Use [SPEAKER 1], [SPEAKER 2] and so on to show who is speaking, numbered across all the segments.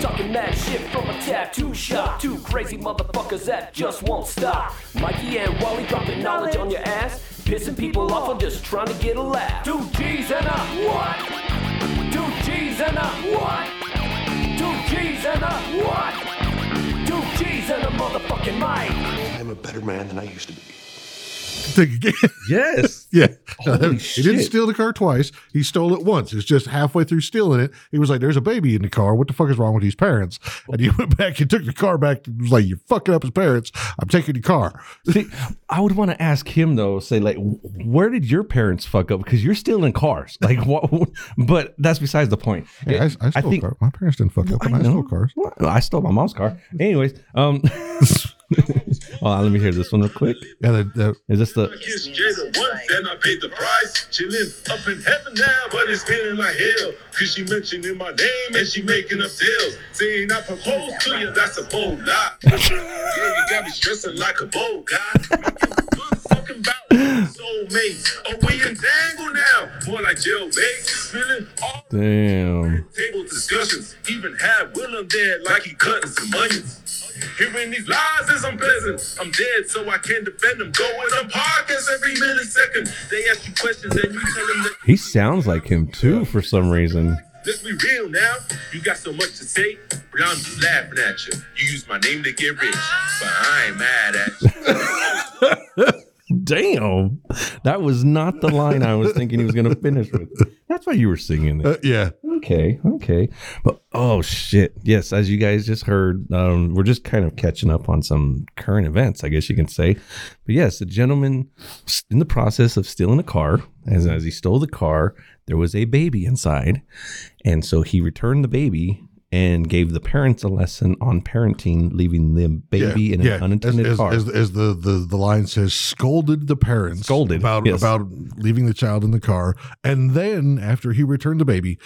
[SPEAKER 1] Talking mad shit from a tattoo shop. Two crazy motherfuckers that just won't stop. Mikey and Wally dropping knowledge on your ass. Pissing people off, I'm just trying to get a laugh. Two G's and a what? Two G's and a what? Two G's and a what? Two G's and a motherfucking mic.
[SPEAKER 2] I'm a better man than I used to be.
[SPEAKER 3] Take again.
[SPEAKER 4] Yes.
[SPEAKER 3] Yeah.
[SPEAKER 4] Holy
[SPEAKER 3] he
[SPEAKER 4] shit.
[SPEAKER 3] didn't steal the car twice. He stole it once. It's just halfway through stealing it. He was like, There's a baby in the car. What the fuck is wrong with these parents? And he went back and took the car back and was like, You're fucking up his parents. I'm taking the car.
[SPEAKER 4] See, I would want to ask him though. Say like, where did your parents fuck up? Because you're stealing cars. Like, what? But that's besides the point.
[SPEAKER 3] Yeah, I, I stole
[SPEAKER 4] think-
[SPEAKER 3] car. My parents didn't fuck up when I,
[SPEAKER 4] know.
[SPEAKER 3] stole cars.
[SPEAKER 4] Well, I stole my mom's car. Anyways, um, hold on, let me hear this one real quick.
[SPEAKER 3] Yeah, the, the,
[SPEAKER 4] Is this the?
[SPEAKER 5] I kissed Jada once, then I paid the price. She lives up in heaven now, but it's feeling like hell. Cause she mentioning my name and she making up deals. Saying I proposed to you, that's a bold lie. yeah, you got me stressing like a bold guy. Fucking about soulmates. Are we entangled now? More like jailbait. Feeling all
[SPEAKER 4] Damn.
[SPEAKER 5] table discussions. Even had Willem dead like he cutting some onions. Hearing these lies is unpleasant. I'm dead, so I can't defend them. Going on podcasts every millisecond. They ask you questions and you tell them that.
[SPEAKER 4] He sounds like him too for some reason.
[SPEAKER 5] Let's be real now. You got so much to say, but I'm just laughing at you. You use my name to get rich, but I ain't mad at you.
[SPEAKER 4] Damn. That was not the line I was thinking he was going to finish with. That's why you were singing it.
[SPEAKER 3] uh, yeah.
[SPEAKER 4] Okay, okay. But oh shit. Yes, as you guys just heard, um, we're just kind of catching up on some current events, I guess you can say. But yes, a gentleman s- in the process of stealing a car, as,
[SPEAKER 3] Mm-hmm.
[SPEAKER 4] as he stole the car, there was a baby inside. And so he returned the baby and gave the parents a lesson on parenting, leaving the baby in an
[SPEAKER 3] as,
[SPEAKER 4] unintended
[SPEAKER 3] as-
[SPEAKER 4] car.
[SPEAKER 3] As, as the, the, the line says, scolded the parents
[SPEAKER 4] Scolded,
[SPEAKER 3] about
[SPEAKER 4] yes.
[SPEAKER 3] about leaving the child in the car, and then after he returned the baby,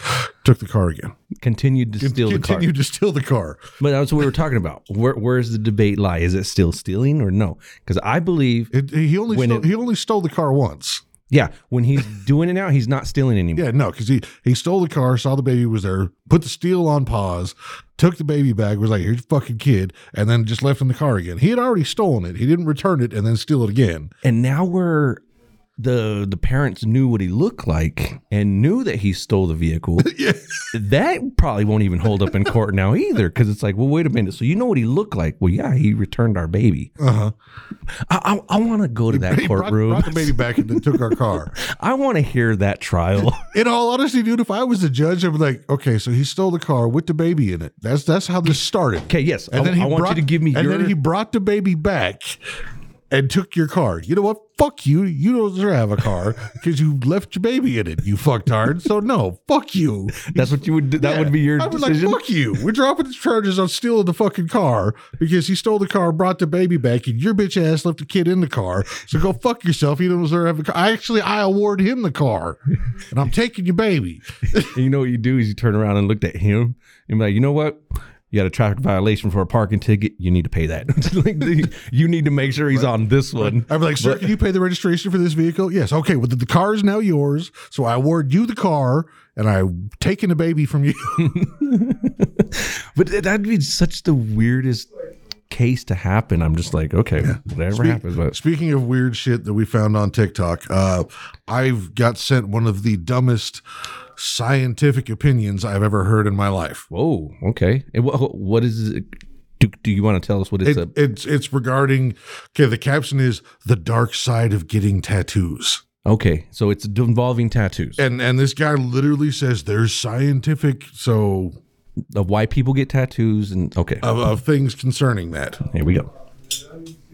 [SPEAKER 3] took the car again.
[SPEAKER 4] continued to steal the car.
[SPEAKER 3] continued to steal the car.
[SPEAKER 4] But that's what we were talking about. Where, where's the debate lie? Is it still stealing or no? Because I believe
[SPEAKER 3] It, he only
[SPEAKER 4] When
[SPEAKER 3] stole,
[SPEAKER 4] it-
[SPEAKER 3] he only stole the car once.
[SPEAKER 4] Yeah, when he's doing it now, he's not stealing anymore.
[SPEAKER 3] Yeah, no, because he he stole the car, saw the baby was there, put the steal on pause, took the baby back, was like, "Here's your fucking kid," and then just left in the car again. He had already stolen it. He didn't return it and then steal it again.
[SPEAKER 4] And now we're the the parents knew what he looked like and knew that he stole the vehicle.
[SPEAKER 3] Yeah.
[SPEAKER 4] That probably won't even hold up in court now either, because it's like, well, wait a minute. So you know what he looked like? Well, yeah, he returned our baby.
[SPEAKER 3] Uh-huh.
[SPEAKER 4] I I, I want to go to that
[SPEAKER 3] He brought-
[SPEAKER 4] courtroom.
[SPEAKER 3] brought the baby back and then took our car.
[SPEAKER 4] I want to hear that trial.
[SPEAKER 3] In all honesty, dude, if I was the judge, I'd be like, okay, so he stole the car with the baby in it. That's that's how this started.
[SPEAKER 4] Okay, yes, I- I want you to give me
[SPEAKER 3] And
[SPEAKER 4] your-
[SPEAKER 3] then he brought the baby back and took your car. You know what? Fuck you. You don't deserve to have a car because you left your baby in it. You fucktard. So no, fuck you.
[SPEAKER 4] That's what you would. do. That would be your
[SPEAKER 3] I was
[SPEAKER 4] decision.
[SPEAKER 3] like, fuck you. We're dropping the charges on stealing the fucking car because he stole the car, brought the baby back, and your bitch ass left the kid in the car. So go fuck yourself. You don't deserve to have a car. I actually I award him the car. And I'm taking your baby.
[SPEAKER 4] And you know what you do is you turn around and looked at him and be like, you know what? You got a traffic violation for a parking ticket. You need to pay that. like the, you need to make sure he's on this one.
[SPEAKER 3] I'd be like, sir, can you pay the registration for this vehicle? Yes. Okay. Well, the, the car is now yours. So I award you the car and I'm taking the baby from you.
[SPEAKER 4] But th- that'd be such the weirdest case to happen. I'm just like, okay, whatever
[SPEAKER 3] Speak-
[SPEAKER 4] happens. But
[SPEAKER 3] Speaking of weird shit that we found on TikTok, uh, I've got sent one of the dumbest scientific opinions I've ever heard in my life.
[SPEAKER 4] whoa, okay. And what, what is it? Do, do you want to tell us what it's
[SPEAKER 3] It,
[SPEAKER 4] a?
[SPEAKER 3] it's it's regarding okay. The caption is the dark side of getting tattoos,
[SPEAKER 4] Okay, so it's involving tattoos
[SPEAKER 3] and and this guy literally says there's scientific so
[SPEAKER 4] of why people get tattoos and okay,
[SPEAKER 3] of, of things concerning that.
[SPEAKER 4] here we go.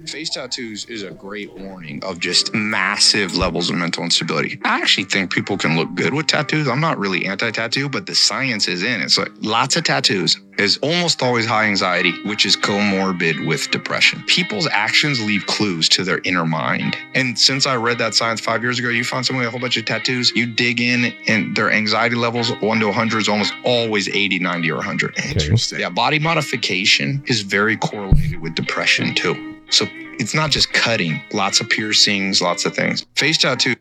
[SPEAKER 6] Face tattoos is a great warning of just massive levels of mental instability. I actually think people can look good with tattoos. I'm not really anti tattoo, but the science is in. It's like lots of tattoos, is almost always high anxiety, which is comorbid with depression. People's actions leave clues to their inner mind. And since I read that science five years ago, you find someone with a whole bunch of tattoos, you dig in, and their anxiety levels, one to 100, is almost always 80, 90, or 100.
[SPEAKER 4] Interesting.
[SPEAKER 6] Yeah, body modification is very correlated with depression, too. So it's not just cutting, lots of piercings, lots of things. Face tattoo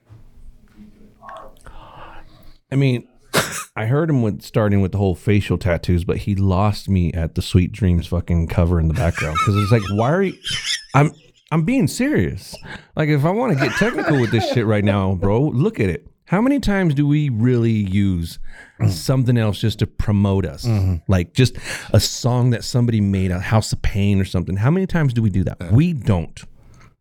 [SPEAKER 4] I mean, I heard him with starting with the whole facial tattoos, but he lost me at the Sweet Dreams fucking cover in the background because it's like, why are you? I'm I'm being serious. Like, if I want to get technical with this shit right now, bro, look at it. How many times do we really use something else just to promote us?
[SPEAKER 3] Mm-hmm.
[SPEAKER 4] Like just a song that somebody made, a House of Pain or something. How many times do we do that? We don't.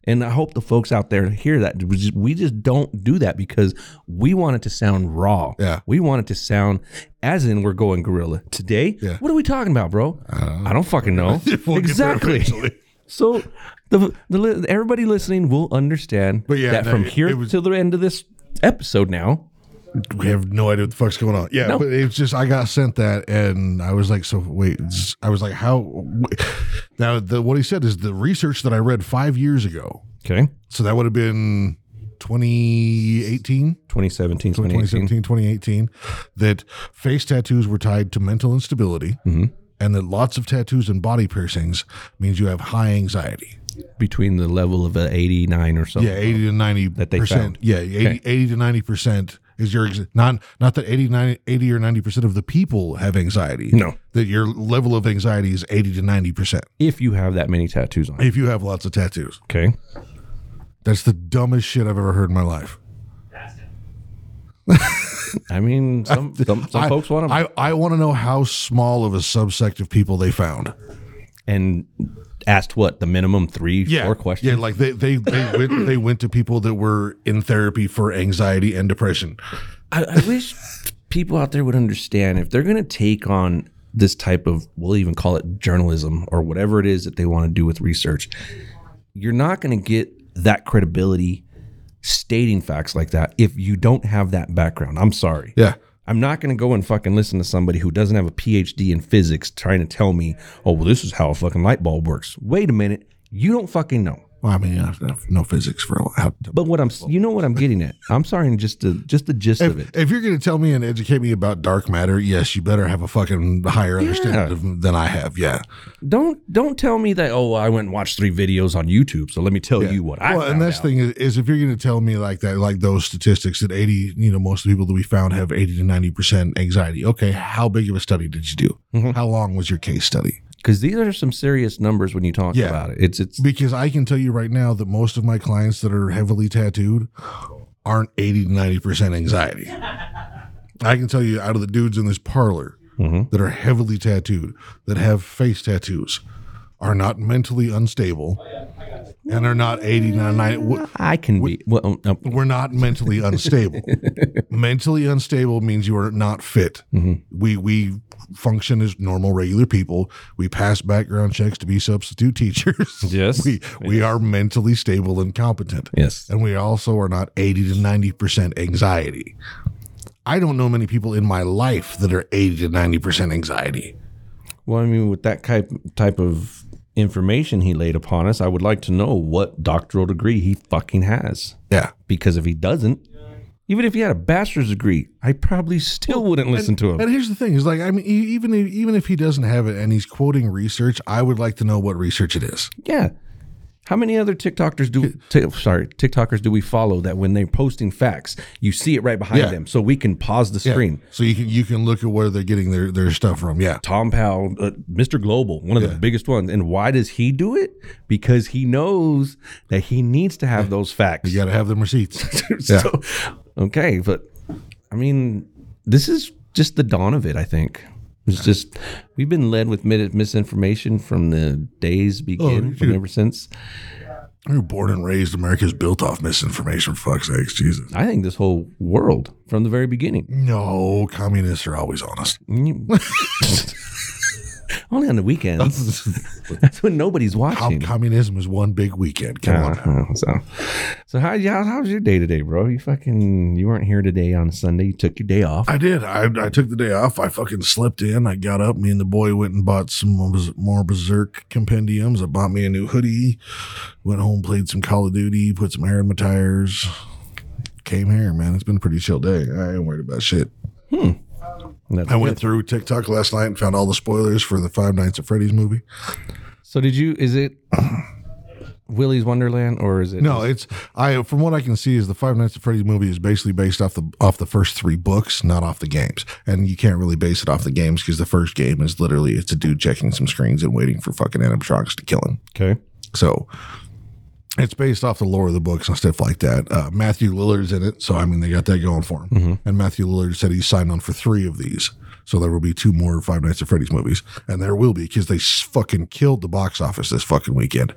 [SPEAKER 4] And I hope the folks out there hear that. We just, we just don't do that because we want it to sound raw.
[SPEAKER 3] Yeah.
[SPEAKER 4] We want it to sound as in we're going gorilla. Today,
[SPEAKER 3] Yeah. Uh,
[SPEAKER 4] what are we talking about, bro? I don't fucking know.
[SPEAKER 3] We'll get there
[SPEAKER 4] exactly.
[SPEAKER 3] eventually.
[SPEAKER 4] So the, the li- everybody listening will understand
[SPEAKER 3] But yeah,
[SPEAKER 4] that
[SPEAKER 3] no,
[SPEAKER 4] from
[SPEAKER 3] it-
[SPEAKER 4] here
[SPEAKER 3] it was-
[SPEAKER 4] till the end of this episode now.
[SPEAKER 3] we have no idea what the fuck's going on. Yeah,
[SPEAKER 4] No.
[SPEAKER 3] but it's just I got sent that, and I was like, so wait, it's- I was like, how? Now, the, what he said is the research that I read five years ago.
[SPEAKER 4] Okay.
[SPEAKER 3] So that would have been 2018.
[SPEAKER 4] 2017, 2018.
[SPEAKER 3] 2017, 2018, that face tattoos were tied to mental instability and that lots of tattoos and body piercings means you have high anxiety.
[SPEAKER 4] Between the level of a 89 or something.
[SPEAKER 3] Yeah, 80 to 90
[SPEAKER 4] That they found.
[SPEAKER 3] percent. Yeah, 80,
[SPEAKER 4] Okay.
[SPEAKER 3] 80 to 90 percent is your ex- not not that 80, 90, 80 or 90 percent of the people have anxiety.
[SPEAKER 4] No.
[SPEAKER 3] That your level of anxiety is 80 to 90 percent
[SPEAKER 4] If you have that many tattoos on.
[SPEAKER 3] if you have lots of tattoos.
[SPEAKER 4] Okay.
[SPEAKER 3] That's the dumbest shit I've ever heard in my life.
[SPEAKER 4] I mean, some, some, some
[SPEAKER 3] I,
[SPEAKER 4] folks want to.
[SPEAKER 3] I, I want to know how small of a subsect of people they found.
[SPEAKER 4] And asked what? The minimum three,
[SPEAKER 3] yeah,
[SPEAKER 4] four questions?
[SPEAKER 3] Yeah, like they they they went, they went to people that were in therapy for anxiety and depression.
[SPEAKER 4] I, I wish people out there would understand if they're going to take on this type of, we'll even call it journalism or whatever it is that they want to do with research, you're not going to get that credibility stating facts like that if you don't have that background. I'm sorry.
[SPEAKER 3] Yeah,
[SPEAKER 4] I'm not going to go and fucking listen to somebody who doesn't have a PhD in physics trying to tell me, oh, well, this is how a fucking light bulb works. Wait a minute. You don't fucking know.
[SPEAKER 3] well, I mean, I have no physics for a while.
[SPEAKER 4] But what I'm, you know what I'm getting at. I'm sorry, just the just the gist of it.
[SPEAKER 3] If, if you're going to tell me and educate me about dark matter, yes, you better have a fucking higher understanding of, than I have. Yeah,
[SPEAKER 4] don't don't tell me that oh I went and watched three videos on YouTube so let me tell you what I
[SPEAKER 3] well, and
[SPEAKER 4] found
[SPEAKER 3] that's
[SPEAKER 4] out.
[SPEAKER 3] the thing is, is if you're going to tell me like that, like those statistics that 80, you know, most of the people that we found have 80 to 90 percent anxiety. Okay, how big of a study did you do?
[SPEAKER 4] Mm-hmm.
[SPEAKER 3] How long was your case study?
[SPEAKER 4] because these are some serious numbers when you talk
[SPEAKER 3] Yeah.
[SPEAKER 4] about it it's it's
[SPEAKER 3] Because I can tell you right now that most of my clients that are heavily tattooed aren't 80 to 90% anxiety. I can tell you out of the dudes in this parlor that are heavily tattooed, that have face tattoos, are not mentally unstable and are not 80 to 90. w-
[SPEAKER 4] I can be well um, um,
[SPEAKER 3] We're not mentally unstable. mentally unstable means you are not fit. We, we, function as normal regular people we pass background checks to be substitute teachers
[SPEAKER 4] yes
[SPEAKER 3] we we are mentally stable and competent.
[SPEAKER 4] yes
[SPEAKER 3] And we also are not 80 to 90% anxiety. I don't know many people in my life that are 80 to 90% anxiety.
[SPEAKER 4] well I mean with that type type of information he laid upon us I would like to know what doctoral degree he fucking has
[SPEAKER 3] Yeah.
[SPEAKER 4] because if he doesn't even if he had a bachelor's degree I probably still wouldn't listen to him
[SPEAKER 3] And here's the thing is like I mean e- even if, even if he doesn't have it and he's quoting research, I would like to know what research it is.
[SPEAKER 4] Yeah. How many other TikTokers do t- sorry TikTokers do we follow that when they're posting facts you see it right behind
[SPEAKER 3] Yeah.
[SPEAKER 4] them so we can pause the
[SPEAKER 3] Yeah.
[SPEAKER 4] screen.
[SPEAKER 3] So you can you can look at where they're getting their their stuff from. Yeah.
[SPEAKER 4] Tom Powell, uh, Mr. Global, one of the biggest ones, and why does he do it? Because he knows that he needs to have those facts.
[SPEAKER 3] You got to have them receipts.
[SPEAKER 4] so, okay, but I mean, this is just the dawn of it. I think it's just we've been led with mid- misinformation from the days begin,
[SPEAKER 3] Oh,
[SPEAKER 4] from
[SPEAKER 3] dude.
[SPEAKER 4] ever since.
[SPEAKER 3] You're born and raised America's built off misinformation, fuck's sakes, Jesus.
[SPEAKER 4] I think this whole world from the very beginning. Mm.
[SPEAKER 3] No, communists are always honest.
[SPEAKER 4] You- Only on the weekends. That's when nobody's
[SPEAKER 3] How
[SPEAKER 4] watching.
[SPEAKER 3] communism is one big weekend. Come on. now.
[SPEAKER 4] Uh, so, so how, how how's your day today, bro? You fucking you weren't here today on Sunday. You took your day off.
[SPEAKER 3] I did. I, I took the day off. I fucking slept in. I got up. Me and the boy went and bought some more Berser- more Berserk compendiums. I bought me a new hoodie. Went home, played some Call of Duty, put some air in my tires. Came here, man. It's been a pretty chill day. I ain't worried about shit.
[SPEAKER 4] That's
[SPEAKER 3] I went
[SPEAKER 4] good.
[SPEAKER 3] through TikTok last night and found all the spoilers for the Five Nights at Freddy's movie.
[SPEAKER 4] So did you? Is it Willy's Wonderland or is it?
[SPEAKER 3] No, it's I from what I can see is the Five Nights at Freddy's movie is basically based off the off the first three books, not off the games. And you can't really base it off the games because the first game is literally it's a dude checking some screens and waiting for fucking animatronics to kill him.
[SPEAKER 4] okay.
[SPEAKER 3] So it's based off the lore of the books and stuff like that. Uh, Matthew Lillard's in it, so I mean they got that going for him. And Matthew Lillard said he signed on for three of these, so there will be two more Five Nights at Freddy's movies, and there will be because they s- fucking killed the box office this fucking weekend.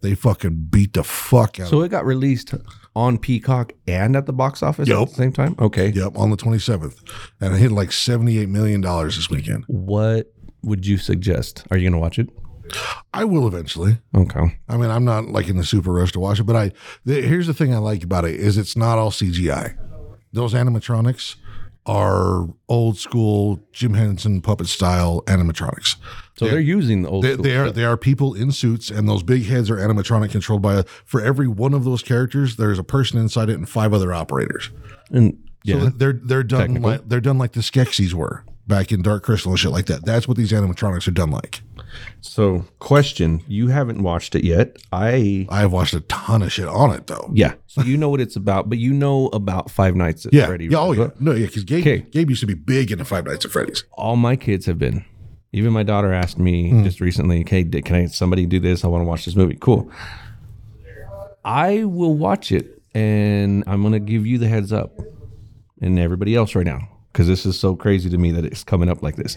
[SPEAKER 3] They fucking beat the fuck out.
[SPEAKER 4] So it got released on Peacock and at the box office at
[SPEAKER 3] Yup.
[SPEAKER 4] the same time. Okay.
[SPEAKER 3] Yep, on the 27th. And it hit like $78 million this weekend.
[SPEAKER 4] What would you suggest? Are you gonna watch it?
[SPEAKER 3] I will eventually.
[SPEAKER 4] Okay.
[SPEAKER 3] I mean, I'm not like in the super rush to watch it, but I the, here's the thing I like about it is it's not all CGI. Those animatronics are old school Jim Henson puppet style animatronics.
[SPEAKER 4] So they're using the old.
[SPEAKER 3] They,
[SPEAKER 4] school
[SPEAKER 3] they are
[SPEAKER 4] stuff.
[SPEAKER 3] they are people in suits, and those big heads are animatronic controlled by a, for every one of those characters. There's a person inside it and five other operators.
[SPEAKER 4] And
[SPEAKER 3] So
[SPEAKER 4] yeah.
[SPEAKER 3] they're they're done
[SPEAKER 4] Technical.
[SPEAKER 3] like they're done like the Skeksis were back in Dark Crystal and shit like that. That's what these animatronics are done like.
[SPEAKER 4] so question: You haven't watched it yet. I
[SPEAKER 3] I've watched a ton of shit on it though.
[SPEAKER 4] Yeah. So you know what it's about, but you know about Five Nights at
[SPEAKER 3] Yeah,
[SPEAKER 4] Freddy's.
[SPEAKER 3] yeah, oh yeah, no, yeah, because Gabe,
[SPEAKER 4] 'Kay.
[SPEAKER 3] Gabe used to be big into Five Nights at Freddy's.
[SPEAKER 4] All my kids have been. Even my daughter asked me just recently, "Okay, d- can I somebody do this? I want to watch this movie." Cool. I will watch it, and I'm gonna give you the heads up, and everybody else right now, because this is so crazy to me that it's coming up like this.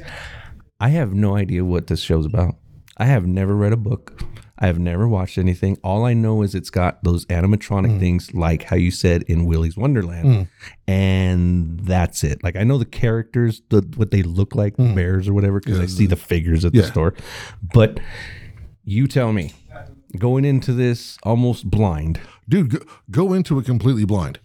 [SPEAKER 4] I have no idea what this show's about. I have never read a book. I have never watched anything. All I know is it's got those animatronic things, like how you said in Willy's Wonderland, and that's it. Like I know the characters, the what they look like, the bears or whatever, because I see the figures at
[SPEAKER 3] Hmm. yeah.
[SPEAKER 4] the store. But you tell me, going into this almost blind.
[SPEAKER 3] Dude, go, go into it completely blind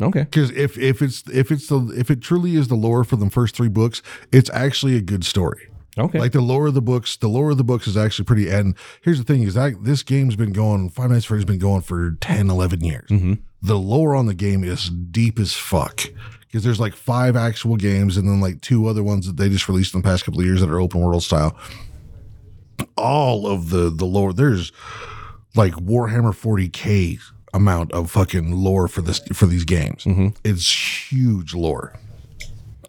[SPEAKER 4] Okay.
[SPEAKER 3] because if if it's if it's the if it truly is the lore for the first three books, it's actually a good story.
[SPEAKER 4] Okay.
[SPEAKER 3] Like the lore of the books, the lore of the books is actually pretty. And here's the thing: is that this game's been going. Five Nights at Freddy's been going for 10, 11 years. The lore on the game is deep as fuck because there's like five actual games and then like two other ones that they just released in the past couple of years that are open world style. All of the the lore there's like Warhammer 40k amount of fucking lore for this for these games. It's huge lore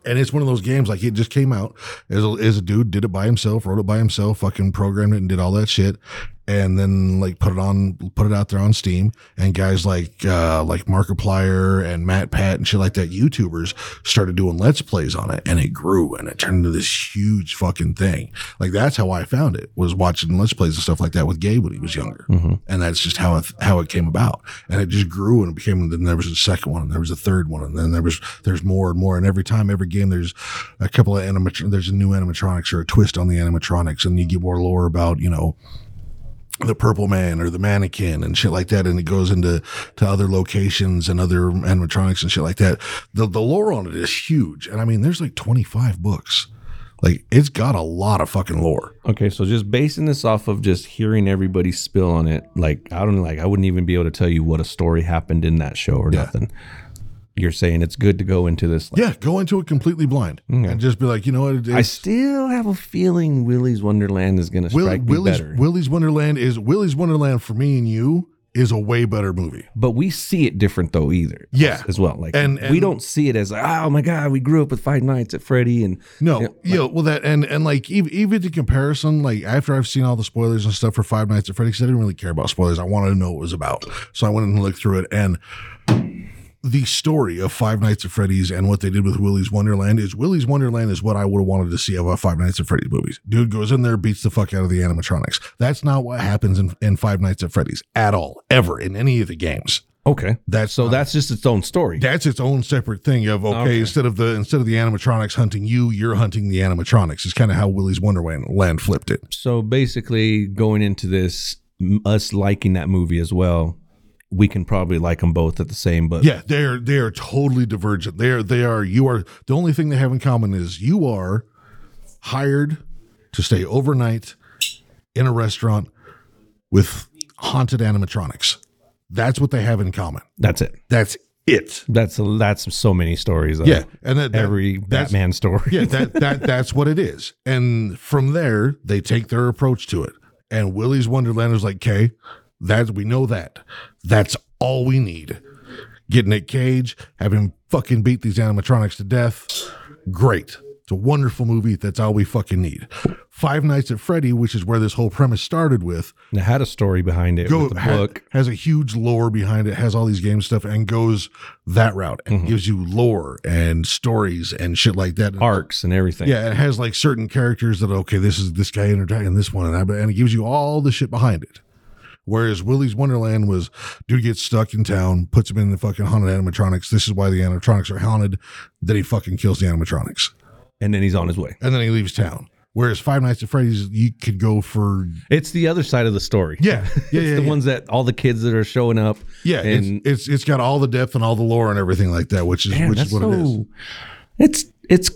[SPEAKER 3] and it's one of those games like it just came out as a, as a dude did it by himself wrote it by himself fucking programmed it and did all that shit and then like put it on put it out there on steam and guys like uh like markiplier and matt pat and shit like that youtubers started doing let's plays on it and it grew and it turned into this huge fucking thing like that's how i found it was watching let's plays and stuff like that with gabe when he was younger and that's just how it how it came about and it just grew and it became then there was a second one and there was a third one and then there was there's more and more and every time every game there's a couple of animat there's a new animatronics or a twist on the animatronics and you get more lore about you know the purple man or the mannequin and shit like that and it goes into to other locations and other animatronics and shit like that the the lore on it is huge and i mean there's like 25 books like it's got a lot of fucking lore
[SPEAKER 4] Okay, so just basing this off of just hearing everybody spill on it, like I don't like I wouldn't even be able to tell you what a story happened in that show or nothing. You're saying it's good to go into this. Like,
[SPEAKER 3] yeah go into it completely blind and just be like you know what it is
[SPEAKER 4] I still have a feeling Willy's Wonderland is going to
[SPEAKER 3] Will,
[SPEAKER 4] strike me
[SPEAKER 3] Willy's,
[SPEAKER 4] better.
[SPEAKER 3] Willy's Wonderland is Willy's Wonderland for me and you is a way better movie.
[SPEAKER 4] but we see it different though either.
[SPEAKER 3] Yeah.
[SPEAKER 4] as, as well. Like
[SPEAKER 3] And-
[SPEAKER 4] we
[SPEAKER 3] and-
[SPEAKER 4] don't see it as like, oh my god, we grew up with Five Nights at Freddy and
[SPEAKER 3] No, yeah, well that and and like even, even the comparison, like after I've seen all the spoilers and stuff for Five Nights at Freddy's, I didn't really care about spoilers. I wanted to know what it was about, so I went and looked through it and. The story of Five Nights at Freddy's and what they did with Willy's Wonderland is Willy's Wonderland is what I would have wanted to see about Five Nights at Freddy's movies. Dude goes in there, beats the fuck out of the animatronics. That's not what happens in, in Five Nights at Freddy's at all, ever in any of the games.
[SPEAKER 4] Okay.
[SPEAKER 3] That's
[SPEAKER 4] so
[SPEAKER 3] not-
[SPEAKER 4] that's just its own story.
[SPEAKER 3] That's its own separate thing of okay,
[SPEAKER 4] Okay.
[SPEAKER 3] instead of the instead of the animatronics hunting you, you're hunting the animatronics. It's kind of how Willy's Wonderland flipped it.
[SPEAKER 4] so basically, going into this, m- us liking that movie as well, we can probably like them both at the same. But
[SPEAKER 3] Yeah, they are they are totally divergent. They are they are you are the only thing they have in common is you are hired to stay overnight in a restaurant with haunted animatronics. That's what they have in common.
[SPEAKER 4] that's it.
[SPEAKER 3] That's it.
[SPEAKER 4] That's that's so many stories. Of
[SPEAKER 3] Yeah, and that, that-
[SPEAKER 4] Every
[SPEAKER 3] that's-
[SPEAKER 4] Batman story.
[SPEAKER 3] yeah, that that that's what it is. And from there, they take their approach to it. And Willy's Wonderland is like, okay, that we know that. That's all we need. Get Nick Cage, have him fucking beat these animatronics to death. Great. It's a wonderful movie. That's all we fucking need. Five Nights at Freddy, which is where this whole premise started with,
[SPEAKER 4] And it had a story behind it with the
[SPEAKER 3] ha-
[SPEAKER 4] book.
[SPEAKER 3] has a huge lore behind it, has all these game stuff, and goes that route and
[SPEAKER 4] Mm-hmm.
[SPEAKER 3] gives you lore and stories and shit like that. And-
[SPEAKER 4] Arcs and everything.
[SPEAKER 3] yeah, it has like certain characters that okay, this is this guy interacting this one and that, but and it gives you all the shit behind it. Whereas Willy's Wonderland was dude gets stuck in town, puts him in the fucking haunted animatronics. This is why the animatronics are haunted. Then he fucking kills the animatronics,
[SPEAKER 4] And then he's on his way.
[SPEAKER 3] and then he leaves town. Whereas Five Nights at Freddy's, you could go for
[SPEAKER 4] It's the other side of the story.
[SPEAKER 3] yeah, yeah,
[SPEAKER 4] it's
[SPEAKER 3] yeah,
[SPEAKER 4] the
[SPEAKER 3] yeah.
[SPEAKER 4] ones that all the kids that are showing up.
[SPEAKER 3] yeah. it's-
[SPEAKER 4] and
[SPEAKER 3] it's it's got all the depth and all the lore and everything like that, which is
[SPEAKER 4] Man,
[SPEAKER 3] which is
[SPEAKER 4] that's
[SPEAKER 3] what it is.
[SPEAKER 4] so- It's it's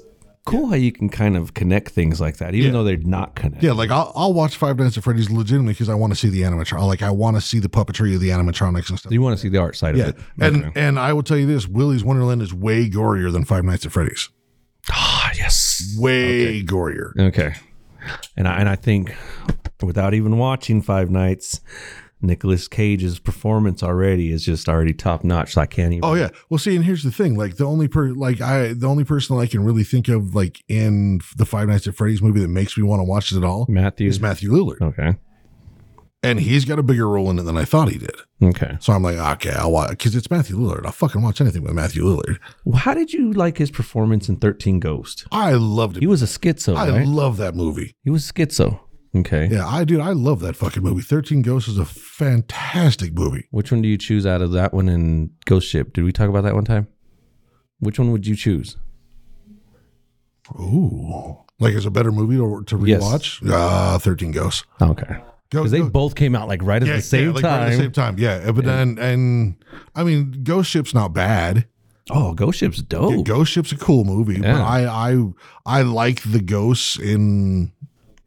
[SPEAKER 4] cool how you can kind of connect things like that, even
[SPEAKER 3] Yeah.
[SPEAKER 4] though they're not connected.
[SPEAKER 3] Yeah, like I'll, I'll watch Five Nights at Freddy's legitimately because I want to see the animatronic. Like I want to see the puppetry of the animatronics and stuff.
[SPEAKER 4] You want to see the art side
[SPEAKER 3] Yeah,
[SPEAKER 4] of it.
[SPEAKER 3] and
[SPEAKER 4] Okay.
[SPEAKER 3] and I will tell you this: Willy's Wonderland is way gorier than Five Nights at Freddy's.
[SPEAKER 4] Ah, yes.
[SPEAKER 3] Way gorier.
[SPEAKER 4] Okay. And I, and I think without even watching Five Nights, Nicolas Cage's performance already is just already top notch. So I can't even.
[SPEAKER 3] Oh yeah. Well, see, and here's the thing: like the only per like I the only person I can really think of like in the Five Nights at Freddy's movie that makes me want to watch it at all
[SPEAKER 4] Matthew.
[SPEAKER 3] is Matthew Lillard,
[SPEAKER 4] okay.
[SPEAKER 3] and he's got a bigger role in it than I thought he did.
[SPEAKER 4] Okay.
[SPEAKER 3] So I'm like, okay, I'll watch because it's Matthew Lillard. I'll fucking watch anything with Matthew Lillard.
[SPEAKER 4] Well, how did you like his performance in 13 Ghost?
[SPEAKER 3] I loved it.
[SPEAKER 4] He was a schizo,
[SPEAKER 3] I
[SPEAKER 4] right?
[SPEAKER 3] love that movie.
[SPEAKER 4] he was schizo. Okay.
[SPEAKER 3] Yeah, I dude, I love that fucking movie. Thirteen Ghosts is a fantastic movie.
[SPEAKER 4] Which one do you choose out of that one and Ghost Ship? Did we talk about that one time? Which one would you choose?
[SPEAKER 3] Ooh. Like it's a better movie to, to
[SPEAKER 4] Yes.
[SPEAKER 3] rewatch? Ah, 13 Ghosts.
[SPEAKER 4] Okay.
[SPEAKER 3] Go,
[SPEAKER 4] Because they
[SPEAKER 3] go-
[SPEAKER 4] both came out like right at
[SPEAKER 3] Oh, yeah,
[SPEAKER 4] the same
[SPEAKER 3] yeah, like, right at
[SPEAKER 4] time.
[SPEAKER 3] the same time. Yeah. But then, and I mean, Ghost Ship's not bad.
[SPEAKER 4] Oh, Ghost Ship's dope.
[SPEAKER 3] Yeah, Ghost Ship's a cool movie, but
[SPEAKER 4] Yeah.
[SPEAKER 3] I, I, I like the ghosts in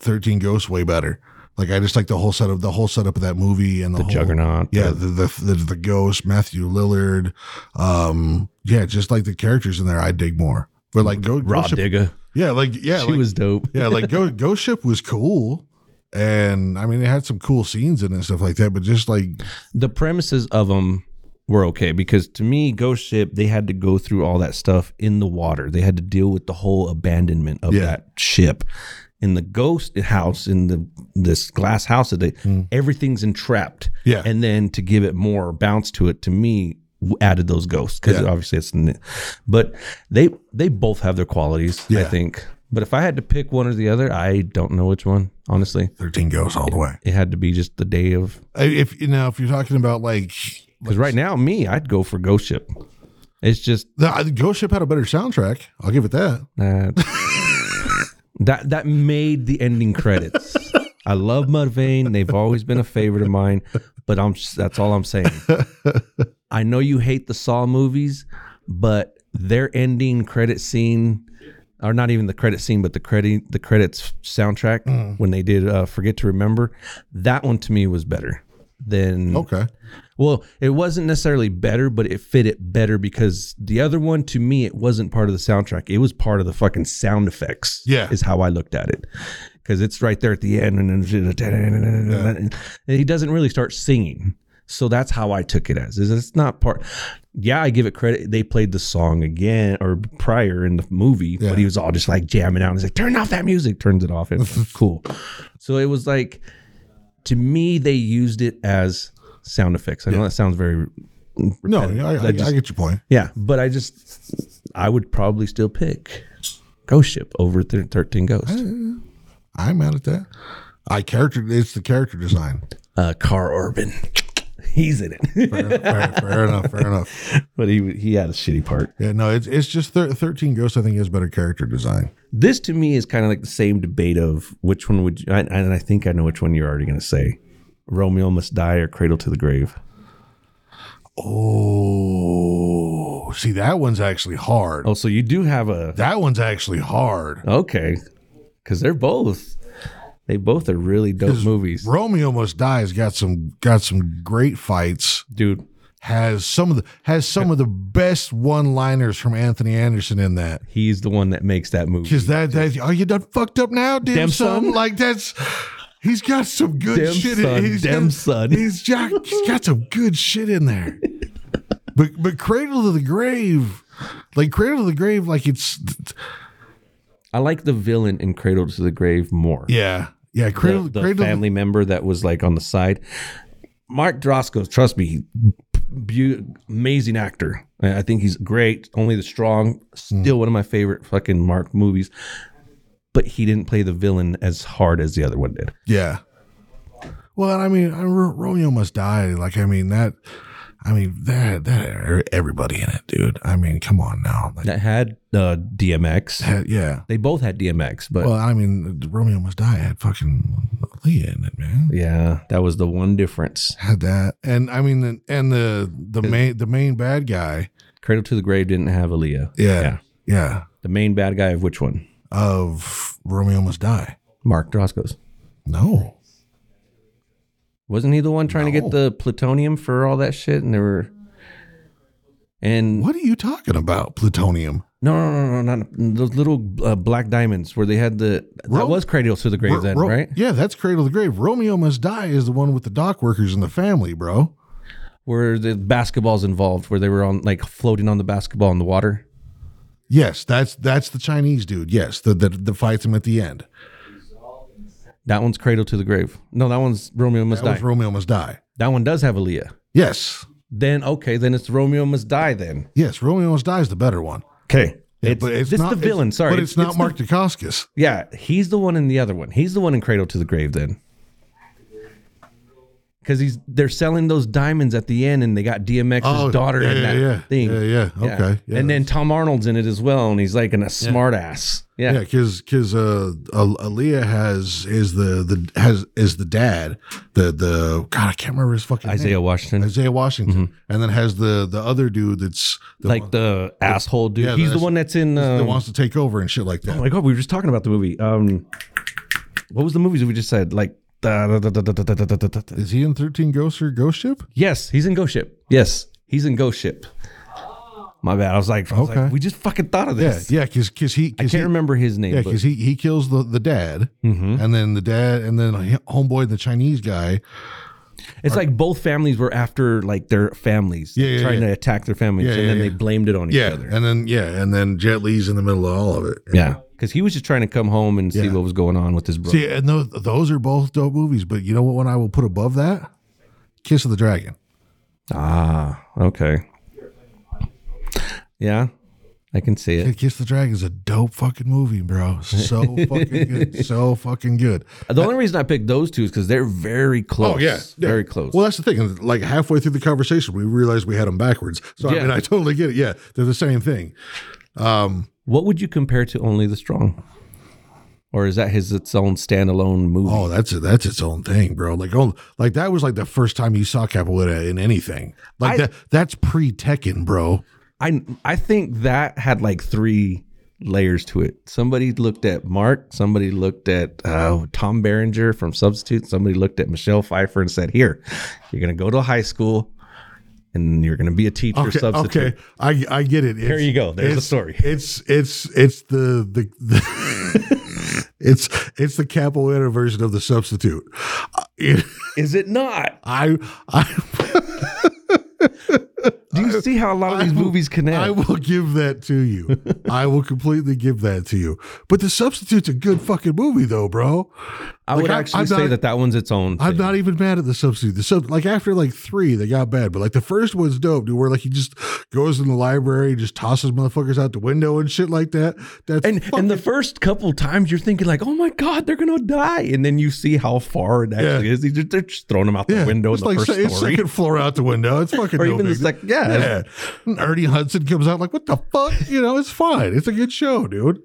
[SPEAKER 3] 13 Ghosts way better. Like I just like the whole setup, the whole setup of that movie and the,
[SPEAKER 4] the
[SPEAKER 3] whole,
[SPEAKER 4] Juggernaut.
[SPEAKER 3] Yeah,
[SPEAKER 4] the-
[SPEAKER 3] the the, the the ghost, Matthew Lillard, um, yeah, just like the characters in there, I dig more. But like Go, Ghost
[SPEAKER 4] Rob
[SPEAKER 3] Ship,
[SPEAKER 4] Digga.
[SPEAKER 3] yeah, like yeah,
[SPEAKER 4] she
[SPEAKER 3] like-
[SPEAKER 4] was dope.
[SPEAKER 3] yeah, like Go, Ghost Ship was cool, and I mean it had some cool scenes in it and stuff like that. But just like
[SPEAKER 4] The premises of them were okay because to me, Ghost Ship, they had to go through all that stuff in the water. They had to deal with the whole abandonment of
[SPEAKER 3] Yeah.
[SPEAKER 4] that ship. In the ghost house, in the this glass house that they, everything's entrapped.
[SPEAKER 3] Mm. Yeah.
[SPEAKER 4] and then to give it more bounce to it, to me, w- added those ghosts because
[SPEAKER 3] Yeah.
[SPEAKER 4] obviously it's, n- but they they both have their qualities. I
[SPEAKER 3] Yeah.
[SPEAKER 4] think. But if I had to pick one or the other, I don't know which one. Honestly,
[SPEAKER 3] thirteen ghosts all the way.
[SPEAKER 4] it had to be just the day of
[SPEAKER 3] I- If you know, if you're talking about like
[SPEAKER 4] Because right now, me, I'd go for Ghost Ship. It's just
[SPEAKER 3] the uh, Ghost Ship had a better soundtrack, I'll give it that.
[SPEAKER 4] uh, that that made the ending credits. I love Mudvayne; they've always been a favorite of mine. But I'm just- that's all I'm saying. I know you hate the Saw movies, but their ending credit scene, or not even the credit scene, but the credit the credits soundtrack when they did uh, "Forget to Remember," that one to me was better than
[SPEAKER 3] Okay,
[SPEAKER 4] Well, it wasn't necessarily better, but it fit it better because the other one, to me, it wasn't part of the soundtrack. It was part of the fucking sound effects.
[SPEAKER 3] Yeah.
[SPEAKER 4] Is how I looked at it. Because it's right there at the end. And, then- and he doesn't really start singing. So that's how I took it as. Is it's not part. Yeah, I give it credit. They played the song again or prior in the movie,
[SPEAKER 3] Yeah.
[SPEAKER 4] but he was all just like jamming out. And he's like, turn off that music. Turns it off. And it's like, cool. So it was like, to me, they used it as sound effects. I know that sounds very
[SPEAKER 3] no, I, I,
[SPEAKER 4] That just-
[SPEAKER 3] I get your point.
[SPEAKER 4] yeah, but I just I would probably still pick Ghost Ship over thir- Thirteen Ghosts.
[SPEAKER 3] I'm mad at that. I character, it's the character design.
[SPEAKER 4] Uh, Car Urban. he's in
[SPEAKER 3] Fair,
[SPEAKER 4] it.
[SPEAKER 3] fair, fair enough. Fair enough.
[SPEAKER 4] but he he had a shitty part.
[SPEAKER 3] Yeah, no, it's it's just thir- thirteen ghosts. I think has better character design.
[SPEAKER 4] This to me is kind of like the same debate of which one would you, I, and I think I know which one you're already going to say. Romeo must die or Cradle to the Grave.
[SPEAKER 3] Oh, see, that one's actually hard.
[SPEAKER 4] Oh, so you do have a
[SPEAKER 3] That one's actually hard.
[SPEAKER 4] okay, because they're both they both are really dope
[SPEAKER 3] 'Cause
[SPEAKER 4] movies,
[SPEAKER 3] Romeo Must Die has got some got some great fights.
[SPEAKER 4] dude.
[SPEAKER 3] Has some of the has some of the best one liners from Anthony Anderson in that.
[SPEAKER 4] He's the one that makes that movie.
[SPEAKER 3] Because that that oh you done fucked up now, dim,
[SPEAKER 4] Dim
[SPEAKER 3] sum?
[SPEAKER 4] sum?
[SPEAKER 3] Like that's he's got some good
[SPEAKER 4] Dim
[SPEAKER 3] shit.
[SPEAKER 4] sum,
[SPEAKER 3] in, he's
[SPEAKER 4] dim
[SPEAKER 3] got,
[SPEAKER 4] sum.
[SPEAKER 3] He's got, he's got some good shit in there. but but Cradle to the Grave, like Cradle to the Grave, like it's
[SPEAKER 4] I like the villain in Cradle to the Grave more.
[SPEAKER 3] yeah yeah
[SPEAKER 4] The-
[SPEAKER 3] Cradle
[SPEAKER 4] the,
[SPEAKER 3] Cradle to the-
[SPEAKER 4] family member that was like on the side. Mark Droskos, trust me, beau- amazing actor. I I think he's great. Only the strong, still
[SPEAKER 3] Mm.
[SPEAKER 4] one of my favorite fucking Mark movies. But he didn't play the villain as hard as the other one did.
[SPEAKER 3] Yeah. Well, and I mean, I- Ro- Romeo Must Die. Like, I mean that. I mean that that everybody in it, dude. I mean, come on now. Like,
[SPEAKER 4] That had uh, DMX.
[SPEAKER 3] that- yeah.
[SPEAKER 4] They both had DMX, but
[SPEAKER 3] Well, I mean, Romeo Must Die had fucking Leah in it, man.
[SPEAKER 4] yeah, that was the one difference.
[SPEAKER 3] Had that, and I mean, the- and the the main the main bad guy.
[SPEAKER 4] Cradle to the Grave didn't have Aaliyah.
[SPEAKER 3] Yeah, yeah.
[SPEAKER 4] The main bad guy of which one?
[SPEAKER 3] Of Romeo Must Die.
[SPEAKER 4] Mark Droskos.
[SPEAKER 3] No.
[SPEAKER 4] Wasn't he the one trying to get the plutonium for all that shit? And they were. And
[SPEAKER 3] What are you talking about? Plutonium.
[SPEAKER 4] no, no, no, no, not those little uh, black diamonds where they had the
[SPEAKER 3] Ro-
[SPEAKER 4] that was cradle to the grave
[SPEAKER 3] Ro-
[SPEAKER 4] then,
[SPEAKER 3] Ro-
[SPEAKER 4] right?
[SPEAKER 3] Yeah, that's Cradle to the Grave. Romeo Must Die is the one with the dock workers in the family, bro.
[SPEAKER 4] Where the basketballs involved, where they were on like floating on the basketball in the water.
[SPEAKER 3] Yes, that's that's the Chinese dude. Yes, the the, the fights him at the end.
[SPEAKER 4] That one's cradle to the grave. No, that one's Romeo must
[SPEAKER 3] That
[SPEAKER 4] die.
[SPEAKER 3] was Romeo must die.
[SPEAKER 4] that one does have Aaliyah.
[SPEAKER 3] Yes,
[SPEAKER 4] Then okay, then it's Romeo must die. Then
[SPEAKER 3] yes, Romeo must die is the better one.
[SPEAKER 4] okay,
[SPEAKER 3] Yeah,
[SPEAKER 4] it's, this the villain.
[SPEAKER 3] it's-
[SPEAKER 4] sorry,
[SPEAKER 3] but it's, not
[SPEAKER 4] the-
[SPEAKER 3] Mark Dacascos.
[SPEAKER 4] Yeah, he's the one in the other one. He's the one in Cradle to the Grave then. Cause he's they're selling those diamonds at the end, and they got DMX's
[SPEAKER 3] Oh,
[SPEAKER 4] daughter
[SPEAKER 3] yeah,
[SPEAKER 4] in
[SPEAKER 3] yeah,
[SPEAKER 4] that
[SPEAKER 3] yeah.
[SPEAKER 4] thing.
[SPEAKER 3] Yeah, yeah. Okay, yeah,
[SPEAKER 4] and then Tom Arnold's in it as well, and he's like an, a smart ass. Yeah.
[SPEAKER 3] Yeah, because because uh, Al- Aaliyah has is the the has is the dad the the God I can't remember his fucking
[SPEAKER 4] Isaiah
[SPEAKER 3] name.
[SPEAKER 4] Washington,
[SPEAKER 3] Isaiah Washington, and then has the the other dude that's the
[SPEAKER 4] like
[SPEAKER 3] one
[SPEAKER 4] the asshole dude.
[SPEAKER 3] yeah,
[SPEAKER 4] he's the
[SPEAKER 3] that's-
[SPEAKER 4] one that's in. Um,
[SPEAKER 3] that wants to take over and shit like that.
[SPEAKER 4] oh my god, we were just talking about the movie. Um, what was the movies we just said? Like, da- da- da- da- da- da- da- da- da- da-
[SPEAKER 3] is he in Thirteen Ghosts or Ghost Ship?
[SPEAKER 4] yes, he's in Ghost Ship. Yes, he's in Ghost Ship. My bad. I was like, I was like,
[SPEAKER 3] Okay.
[SPEAKER 4] we just fucking thought of
[SPEAKER 3] Yeah,
[SPEAKER 4] this.
[SPEAKER 3] yeah, because because he
[SPEAKER 4] I
[SPEAKER 3] cause
[SPEAKER 4] can't
[SPEAKER 3] he,
[SPEAKER 4] remember his name.
[SPEAKER 3] Yeah,
[SPEAKER 4] but-
[SPEAKER 3] because he, he kills the, the dad, and then the dad, and then he- homeboy, the Chinese guy.
[SPEAKER 4] it's like both families were after like their families,
[SPEAKER 3] Yeah, yeah,
[SPEAKER 4] trying
[SPEAKER 3] yeah.
[SPEAKER 4] to attack their families,
[SPEAKER 3] Yeah,
[SPEAKER 4] and
[SPEAKER 3] yeah,
[SPEAKER 4] then they
[SPEAKER 3] yeah.
[SPEAKER 4] blamed it on
[SPEAKER 3] Yeah,
[SPEAKER 4] each other.
[SPEAKER 3] and then yeah, and then Jet Li's in the middle of all of it.
[SPEAKER 4] yeah, because he was just trying to come home and see
[SPEAKER 3] Yeah.
[SPEAKER 4] what was going on with his brother.
[SPEAKER 3] See, and those, those are both dope movies, but you know what? One I will put above that, Kiss of the Dragon.
[SPEAKER 4] Ah, okay. Yeah, I can see
[SPEAKER 3] Yeah,
[SPEAKER 4] it.
[SPEAKER 3] Kiss of the Dragon is a dope fucking movie, bro. So fucking good, so fucking good.
[SPEAKER 4] The only reason I picked those two is because they're very close. very close.
[SPEAKER 3] Oh, Well, that's the thing. Like halfway through the conversation, we realized we had them backwards. So
[SPEAKER 4] Yeah.
[SPEAKER 3] I mean, I totally get it. Yeah, they're the same thing.
[SPEAKER 4] what would you compare to Only the Strong? Or is that his its own standalone movie?
[SPEAKER 3] Oh, that's a, that's its own thing, bro. Like, oh, like that was like the first time you saw Capoeira in anything. Like
[SPEAKER 4] I-
[SPEAKER 3] that that's pre Tekken, bro.
[SPEAKER 4] I I think that had like three layers to it. Somebody looked at Mark, somebody looked at uh, Tom Berenger from Substitute, somebody looked at Michelle Pfeiffer and said, "Here, you're gonna go to high school, and you're gonna be a teacher
[SPEAKER 3] Okay,
[SPEAKER 4] substitute."
[SPEAKER 3] okay, I I get it. Here
[SPEAKER 4] you go. There's the story.
[SPEAKER 3] It's it's it's the the. the It's it's the capoeira version of the substitute. I
[SPEAKER 4] Is it not?
[SPEAKER 3] I I,
[SPEAKER 4] Do you see how a lot of
[SPEAKER 3] I
[SPEAKER 4] these
[SPEAKER 3] will-
[SPEAKER 4] movies connect?
[SPEAKER 3] I will give that to you. I will completely give that to you. But the substitute's a good fucking movie though, bro.
[SPEAKER 4] I
[SPEAKER 3] Like,
[SPEAKER 4] would
[SPEAKER 3] I-
[SPEAKER 4] actually
[SPEAKER 3] I'm
[SPEAKER 4] say
[SPEAKER 3] not-
[SPEAKER 4] that that one's its own.
[SPEAKER 3] I'm
[SPEAKER 4] thing.
[SPEAKER 3] not even mad at the substitute. The sub, like after like three, they got bad, but like the first one's dope, dude. Where like he just goes in the library, just tosses motherfuckers out the window and shit like that. That's
[SPEAKER 4] And and the
[SPEAKER 3] fucking-
[SPEAKER 4] first couple times you're thinking like, oh my god, they're gonna die, and then you see how far it actually is. They're just, they're just throwing them out the window in
[SPEAKER 3] It's
[SPEAKER 4] the
[SPEAKER 3] like
[SPEAKER 4] first
[SPEAKER 3] se- it's
[SPEAKER 4] story,
[SPEAKER 3] second floor out the window. It's fucking
[SPEAKER 4] or
[SPEAKER 3] no
[SPEAKER 4] even the
[SPEAKER 3] big deal.
[SPEAKER 4] second. Yeah,
[SPEAKER 3] Yeah. And Ernie Hudson comes out like, what the fuck? You know, it's fine. It's a good show, dude.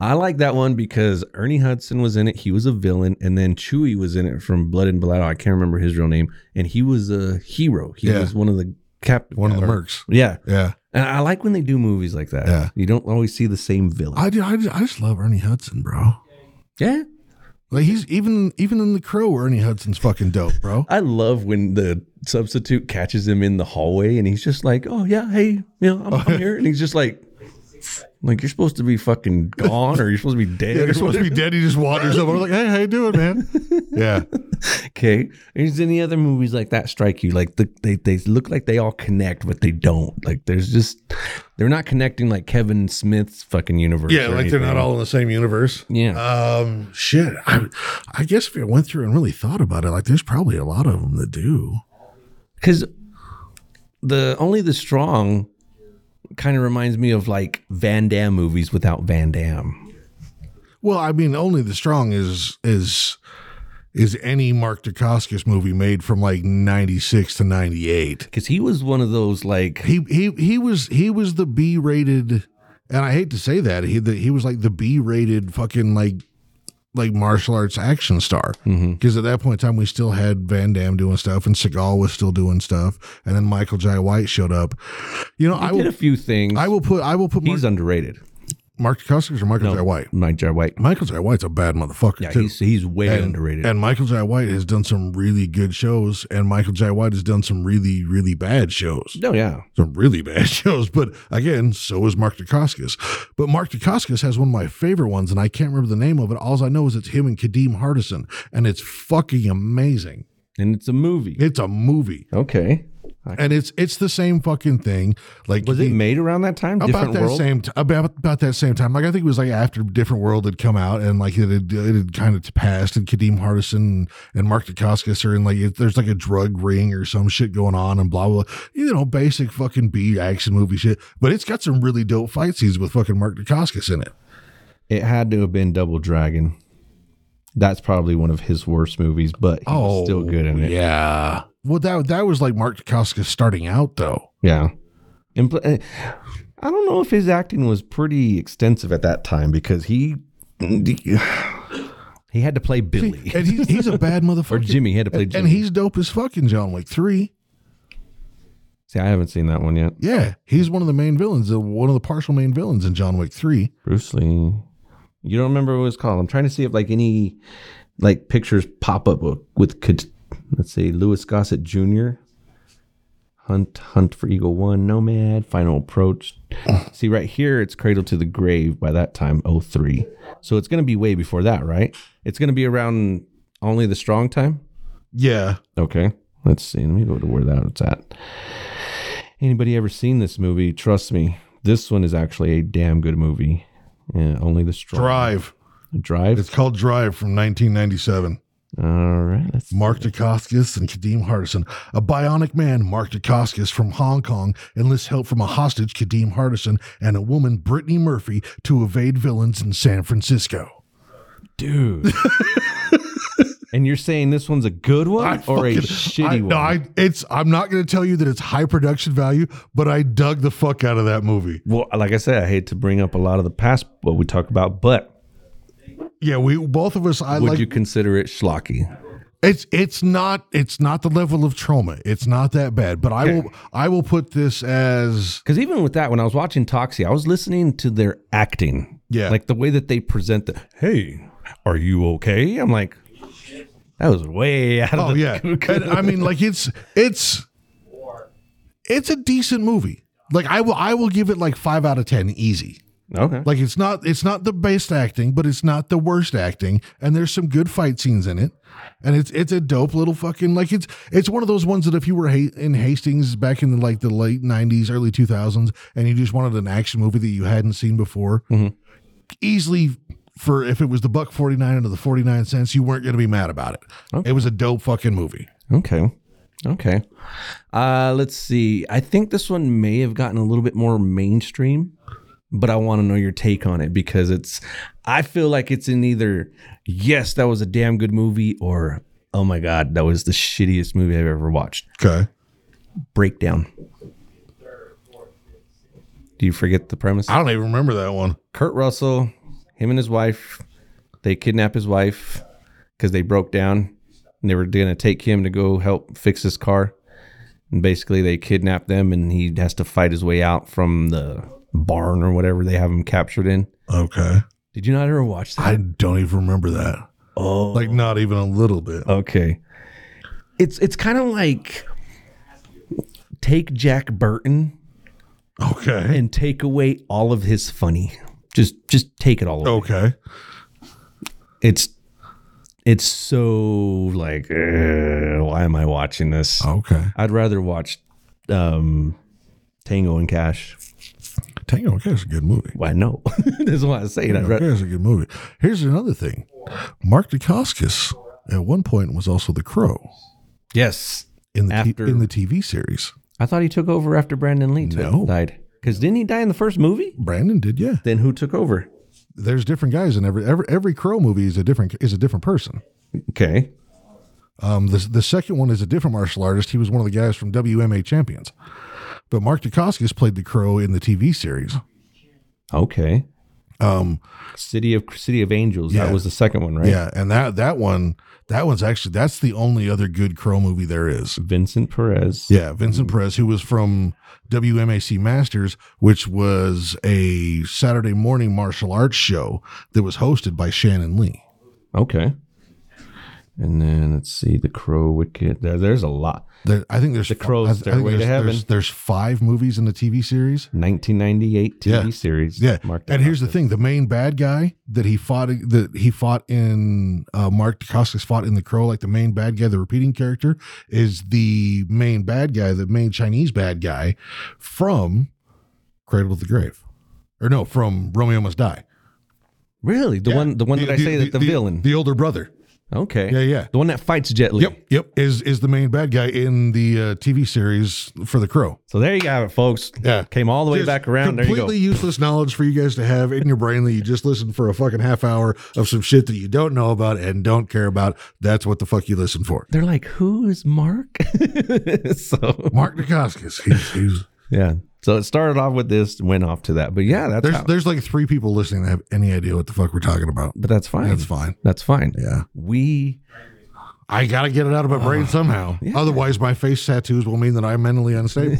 [SPEAKER 4] I like that one because Ernie Hudson was in it. He was a villain, and then Chewie was in it from Blood and Blood. I can't remember his real name, and he was a hero. He
[SPEAKER 3] Yeah.
[SPEAKER 4] was one of the captain,
[SPEAKER 3] One of the mercs.
[SPEAKER 4] Yeah,
[SPEAKER 3] Yeah.
[SPEAKER 4] and I like when they do movies like that.
[SPEAKER 3] Yeah.
[SPEAKER 4] you don't always see the same villain.
[SPEAKER 3] I, do, I, ju- I just love Ernie Hudson, bro.
[SPEAKER 4] yeah,
[SPEAKER 3] Like he's even even in the crow, Ernie Hudson's fucking dope, bro.
[SPEAKER 4] I love when the substitute catches him in the hallway and he's just like, "Oh yeah, hey, you know, I'm, I'm here," and he's just like, "Like you're supposed to be fucking gone, or you're supposed to be dead."
[SPEAKER 3] Yeah,
[SPEAKER 4] or
[SPEAKER 3] he's supposed to be
[SPEAKER 4] whatever."
[SPEAKER 3] dead. He just wanders over like, hey, how you doing, man? Yeah.
[SPEAKER 4] Okay, there's any other movies like that strike you? Like the, they they look like they all connect, but they don't. Like there's just they're not connecting like Kevin Smith's fucking universe.
[SPEAKER 3] Yeah,
[SPEAKER 4] or
[SPEAKER 3] like they're not
[SPEAKER 4] anything.
[SPEAKER 3] all in the same universe.
[SPEAKER 4] Yeah,
[SPEAKER 3] Um, shit. I, I guess if you went through and really thought about it, like there's probably a lot of them that do.
[SPEAKER 4] because the only the strong kind of reminds me of like Van Damme movies without Van Damme.
[SPEAKER 3] Well, I mean, only the strong is is is any Mark Dacascos movie made from like '96 to '98.
[SPEAKER 4] Because he was one of those like
[SPEAKER 3] He he he was he was the B rated, and I hate to say that he the, he was like the B rated fucking like like martial arts action star
[SPEAKER 4] Mm-hmm.
[SPEAKER 3] because at that point in time we still had Van Damme doing stuff and Seagal was still doing stuff, and then Michael J. White showed up. You know, I
[SPEAKER 4] did a
[SPEAKER 3] will
[SPEAKER 4] few things.
[SPEAKER 3] I will put I will put Mark,
[SPEAKER 4] he's underrated.
[SPEAKER 3] Mark Dacascos or Michael J. White.
[SPEAKER 4] Mike J. White.
[SPEAKER 3] Michael J. White's a bad motherfucker.
[SPEAKER 4] Yeah,
[SPEAKER 3] too.
[SPEAKER 4] he's he's way
[SPEAKER 3] and,
[SPEAKER 4] underrated.
[SPEAKER 3] and Michael J. White has done some really good shows, and Michael J. White has done some really, really bad shows.
[SPEAKER 4] no, yeah,
[SPEAKER 3] Some really bad shows. But again, so is Mark Dacascos. But Mark Dacascos has one of my favorite ones, and I can't remember the name of it. All I know is it's him and Kadeem Hardison, and it's fucking amazing.
[SPEAKER 4] and it's a movie.
[SPEAKER 3] It's a movie.
[SPEAKER 4] okay,
[SPEAKER 3] And it's it's the same fucking thing. Like
[SPEAKER 4] was it
[SPEAKER 3] Kadeem-
[SPEAKER 4] made around that time?
[SPEAKER 3] about
[SPEAKER 4] Different
[SPEAKER 3] that
[SPEAKER 4] world.
[SPEAKER 3] same t- about about that same time. Like I think it was like after Different World had come out, and like it had, it had kind of passed, and Kadeem Hardison and Mark Dacascos are in like it, there's like a drug ring or some shit going on, and blah blah. blah. You know, basic fucking B action movie shit, but it's got some really dope fight scenes with fucking Mark Dacascos in it.
[SPEAKER 4] it had to have been Double Dragon. That's probably one of his worst movies, but he was still good in it.
[SPEAKER 3] Oh, Yeah. Well, that that was like Mark Dacascos starting out though.
[SPEAKER 4] Yeah. And pl- eh, I don't know if his acting was pretty extensive at that time because he he had to play Billy
[SPEAKER 3] And he's, he's a bad motherfucker.
[SPEAKER 4] or Jimmy. He had to play
[SPEAKER 3] And,
[SPEAKER 4] Jimmy.
[SPEAKER 3] and he's dope as fucking John Wick 3.
[SPEAKER 4] See, I haven't seen that one yet.
[SPEAKER 3] Yeah, he's one of the main villains, uh, one of the partial main villains in John Wick 3.
[SPEAKER 4] Bruce Lee. You don't remember what it was called. I'm trying to see if like any like pictures pop up with could let's see Lewis Gossett Jr. Hunt Hunt for Eagle One Nomad Final Approach. see right here it's Cradle to the Grave by that time 03. So it's gonna be way before that, right? It's gonna be around only the strong time.
[SPEAKER 3] Yeah.
[SPEAKER 4] Okay. Let's see. Let me go to where that it's at. Anybody ever seen this movie? Trust me, this one is actually a damn good movie. Yeah, only the strong
[SPEAKER 3] Drive.
[SPEAKER 4] drive.
[SPEAKER 3] It's called Drive from 1997.
[SPEAKER 4] All right. Let's,
[SPEAKER 3] Mark Dacascos and Kadeem Hardison. A bionic man, Mark Dacascos from Hong Kong, enlists help from a hostage, Kadeem Hardison, and a woman, Brittany Murphy, to evade villains in San Francisco.
[SPEAKER 4] dude. and you're saying this one's a good one
[SPEAKER 3] I
[SPEAKER 4] or a
[SPEAKER 3] fucking-
[SPEAKER 4] shitty
[SPEAKER 3] I-
[SPEAKER 4] one?
[SPEAKER 3] No, I, it's, I'm not going to tell you that it's high production value, but I dug the fuck out of that movie.
[SPEAKER 4] well, like I said, I hate to bring up a lot of the past what we talk about, but
[SPEAKER 3] Yeah, we both of us, I
[SPEAKER 4] would
[SPEAKER 3] like
[SPEAKER 4] you consider it schlocky?
[SPEAKER 3] It's it's not it's not the level of trauma. It's not that bad. But I will I will put this as
[SPEAKER 4] Because even with that, when I was watching Toxie, I was listening to their acting.
[SPEAKER 3] Yeah.
[SPEAKER 4] Like the way that they present the, hey, are you okay? I'm like, that was way out of
[SPEAKER 3] oh
[SPEAKER 4] the
[SPEAKER 3] yeah. And I mean like it's it's it's a decent movie. Like I will I will give it like five out of ten easy.
[SPEAKER 4] okay.
[SPEAKER 3] Like it's not it's not the best acting, but it's not the worst acting. And there's some good fight scenes in it. And it's it's a dope little fucking like it's it's one of those ones that if you were ha- in Hastings back in the, like the late '90s, early 2000s, and you just wanted an action movie that you hadn't seen before, easily for if it was the buck 49 into the 49 cents, you weren't going to be mad about it. It was a dope fucking movie.
[SPEAKER 4] Okay. Okay. Uh let's see. I think this one may have gotten a little bit more mainstream, but I want to know your take on it because it's I feel like it's in either yes, that was a damn good movie or oh my god, that was the shittiest movie I've ever watched.
[SPEAKER 3] Okay.
[SPEAKER 4] Breakdown. Do you forget the premise?
[SPEAKER 3] I don't even remember that one.
[SPEAKER 4] Kurt Russell, him and his wife, they kidnap his wife because they broke down. And they were gonna take him to go help fix his car. And basically they kidnap them and he has to fight his way out from the barn or whatever they have him captured in.
[SPEAKER 3] Okay.
[SPEAKER 4] Did you not ever watch that?
[SPEAKER 3] I don't even remember that.
[SPEAKER 4] oh
[SPEAKER 3] Like, not even a little bit.
[SPEAKER 4] okay. It's it's kind of like take Jack Burton
[SPEAKER 3] Okay.
[SPEAKER 4] and take away all of his funny. Just just take it all away.
[SPEAKER 3] Okay.
[SPEAKER 4] it's it's so like uh, why am i watching this
[SPEAKER 3] Okay.
[SPEAKER 4] i'd rather watch um tango and cash
[SPEAKER 3] Tango and Cash is a good movie.
[SPEAKER 4] why no that's why i say it I'd
[SPEAKER 3] Tango and
[SPEAKER 4] rather,
[SPEAKER 3] Cash is a good movie. Here's another thing Mark Dacascos at one point was also the crow
[SPEAKER 4] yes
[SPEAKER 3] in the,
[SPEAKER 4] After-
[SPEAKER 3] t- in the TV series.
[SPEAKER 4] i thought he took over after brandon lee took-
[SPEAKER 3] No.
[SPEAKER 4] died because didn't he die in the first movie
[SPEAKER 3] Brandon did, yeah.
[SPEAKER 4] then who took over
[SPEAKER 3] There's different guys in every every, every crow movie is a different is a different person.
[SPEAKER 4] okay
[SPEAKER 3] Um, the, the second one is a different martial artist. He was one of the guys from WMA Champions. But Mark Dacascos played the crow in the TV series.
[SPEAKER 4] okay
[SPEAKER 3] Um,
[SPEAKER 4] city of city of angels
[SPEAKER 3] Yeah.
[SPEAKER 4] that was the second one right
[SPEAKER 3] Yeah, and that that one that one's actually that's the only other good Crow movie there is.
[SPEAKER 4] vincent perez
[SPEAKER 3] Yeah, Vincent Perez, who was from WMAC Masters, which was a Saturday morning martial arts show that was hosted by Shannon Lee.
[SPEAKER 4] okay and then let's see the crow wicked there, there's a lot
[SPEAKER 3] There, I think there's the
[SPEAKER 4] Crow's
[SPEAKER 3] I, I think
[SPEAKER 4] Stairway to
[SPEAKER 3] there's,
[SPEAKER 4] Heaven.
[SPEAKER 3] There's, there's five movies in the TV series.
[SPEAKER 4] 1998 TV
[SPEAKER 3] Yeah.
[SPEAKER 4] series.
[SPEAKER 3] Yeah,
[SPEAKER 4] Mark
[SPEAKER 3] and here's the
[SPEAKER 4] Dacascos.
[SPEAKER 3] thing: the main bad guy that he fought that he fought in uh, Mark Dacascos fought in The Crow, like the main bad guy, the repeating character, is the main bad guy, the main Chinese bad guy from Cradle of the Grave, or no, from Romeo Must Die.
[SPEAKER 4] Really, the
[SPEAKER 3] Yeah.
[SPEAKER 4] one, the one that I say that the, villain.
[SPEAKER 3] the older brother.
[SPEAKER 4] okay.
[SPEAKER 3] Yeah, yeah.
[SPEAKER 4] The one that fights Jet Li.
[SPEAKER 3] Yep, yep. Is is the main bad guy in the uh, TV series for The Crow?
[SPEAKER 4] So there you have it, folks.
[SPEAKER 3] Yeah.
[SPEAKER 4] Came all the way
[SPEAKER 3] Just
[SPEAKER 4] back around. There you
[SPEAKER 3] Completely
[SPEAKER 4] go.
[SPEAKER 3] useless knowledge for you guys to have in your brain that you just listened for a fucking half hour of some shit that you don't know about and don't care about. That's what the fuck you listen for.
[SPEAKER 4] They're like, who is Mark? so
[SPEAKER 3] Mark Dacascos. He's, he's,
[SPEAKER 4] yeah. So it started off with this, went off to that, but yeah, that's
[SPEAKER 3] there's
[SPEAKER 4] how-
[SPEAKER 3] there's like three people listening that have any idea what the fuck we're talking about.
[SPEAKER 4] but that's fine.
[SPEAKER 3] That's fine.
[SPEAKER 4] That's fine.
[SPEAKER 3] Yeah,
[SPEAKER 4] We
[SPEAKER 3] I gotta get it out of my
[SPEAKER 4] Uh,
[SPEAKER 3] brain somehow. Otherwise, my face tattoos will mean that I'm mentally unstable.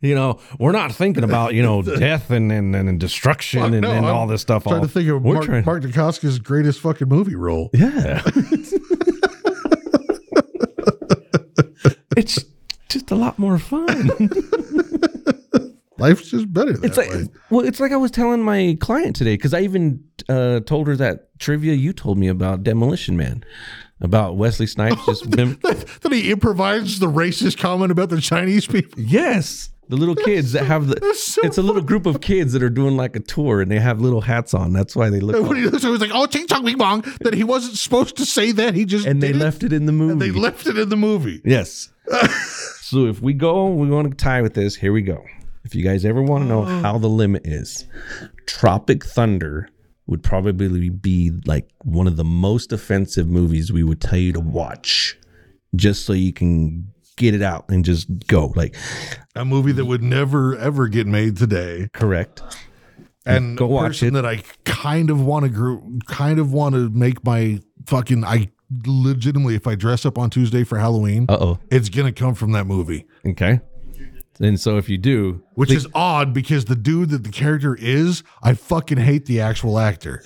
[SPEAKER 4] you know, we're not thinking about, you know, death and and, and destruction
[SPEAKER 3] Fuck
[SPEAKER 4] and,
[SPEAKER 3] no,
[SPEAKER 4] and
[SPEAKER 3] I'm
[SPEAKER 4] all this stuff.
[SPEAKER 3] trying
[SPEAKER 4] all-
[SPEAKER 3] to think of
[SPEAKER 4] we're
[SPEAKER 3] Mark,
[SPEAKER 4] trying-
[SPEAKER 3] Mark Dacascos' greatest fucking movie role.
[SPEAKER 4] Yeah. it's just a lot more fun.
[SPEAKER 3] Life's just better that
[SPEAKER 4] It's like
[SPEAKER 3] way.
[SPEAKER 4] well, it's like I was telling my client today because I even uh, told her that trivia you told me about Demolition Man, about Wesley Snipes.
[SPEAKER 3] Oh,
[SPEAKER 4] Just remember,
[SPEAKER 3] Then he improvises the racist comment about the Chinese people.
[SPEAKER 4] yes, the little kids that have the.
[SPEAKER 3] That's so
[SPEAKER 4] it's a little group of kids that are doing like a tour and they have little hats on. That's why they look.
[SPEAKER 3] And when
[SPEAKER 4] all-
[SPEAKER 3] he looks, he was like, "Oh, ching chong, bing bong." That he wasn't supposed to say that. He just
[SPEAKER 4] and they
[SPEAKER 3] did it,
[SPEAKER 4] left it in the movie.
[SPEAKER 3] and they left it in the movie.
[SPEAKER 4] Yes. so if we go, we want to tie with this. Here we go. If you guys ever want to know how the limit is, Tropic Thunder would probably be like one of the most offensive movies we would tell you to watch just so you can get it out and just go. Like,
[SPEAKER 3] A movie that would never ever get made today.
[SPEAKER 4] correct.
[SPEAKER 3] And
[SPEAKER 4] Go
[SPEAKER 3] a
[SPEAKER 4] watch
[SPEAKER 3] person
[SPEAKER 4] it.
[SPEAKER 3] That I kind of want to group, kind of want to make my fucking. I legitimately, if I dress up on Tuesday for Halloween,
[SPEAKER 4] Uh oh.
[SPEAKER 3] it's gonna come from that movie.
[SPEAKER 4] Okay. And so if you do,
[SPEAKER 3] Which is odd because the dude that the character is, I fucking hate the actual actor.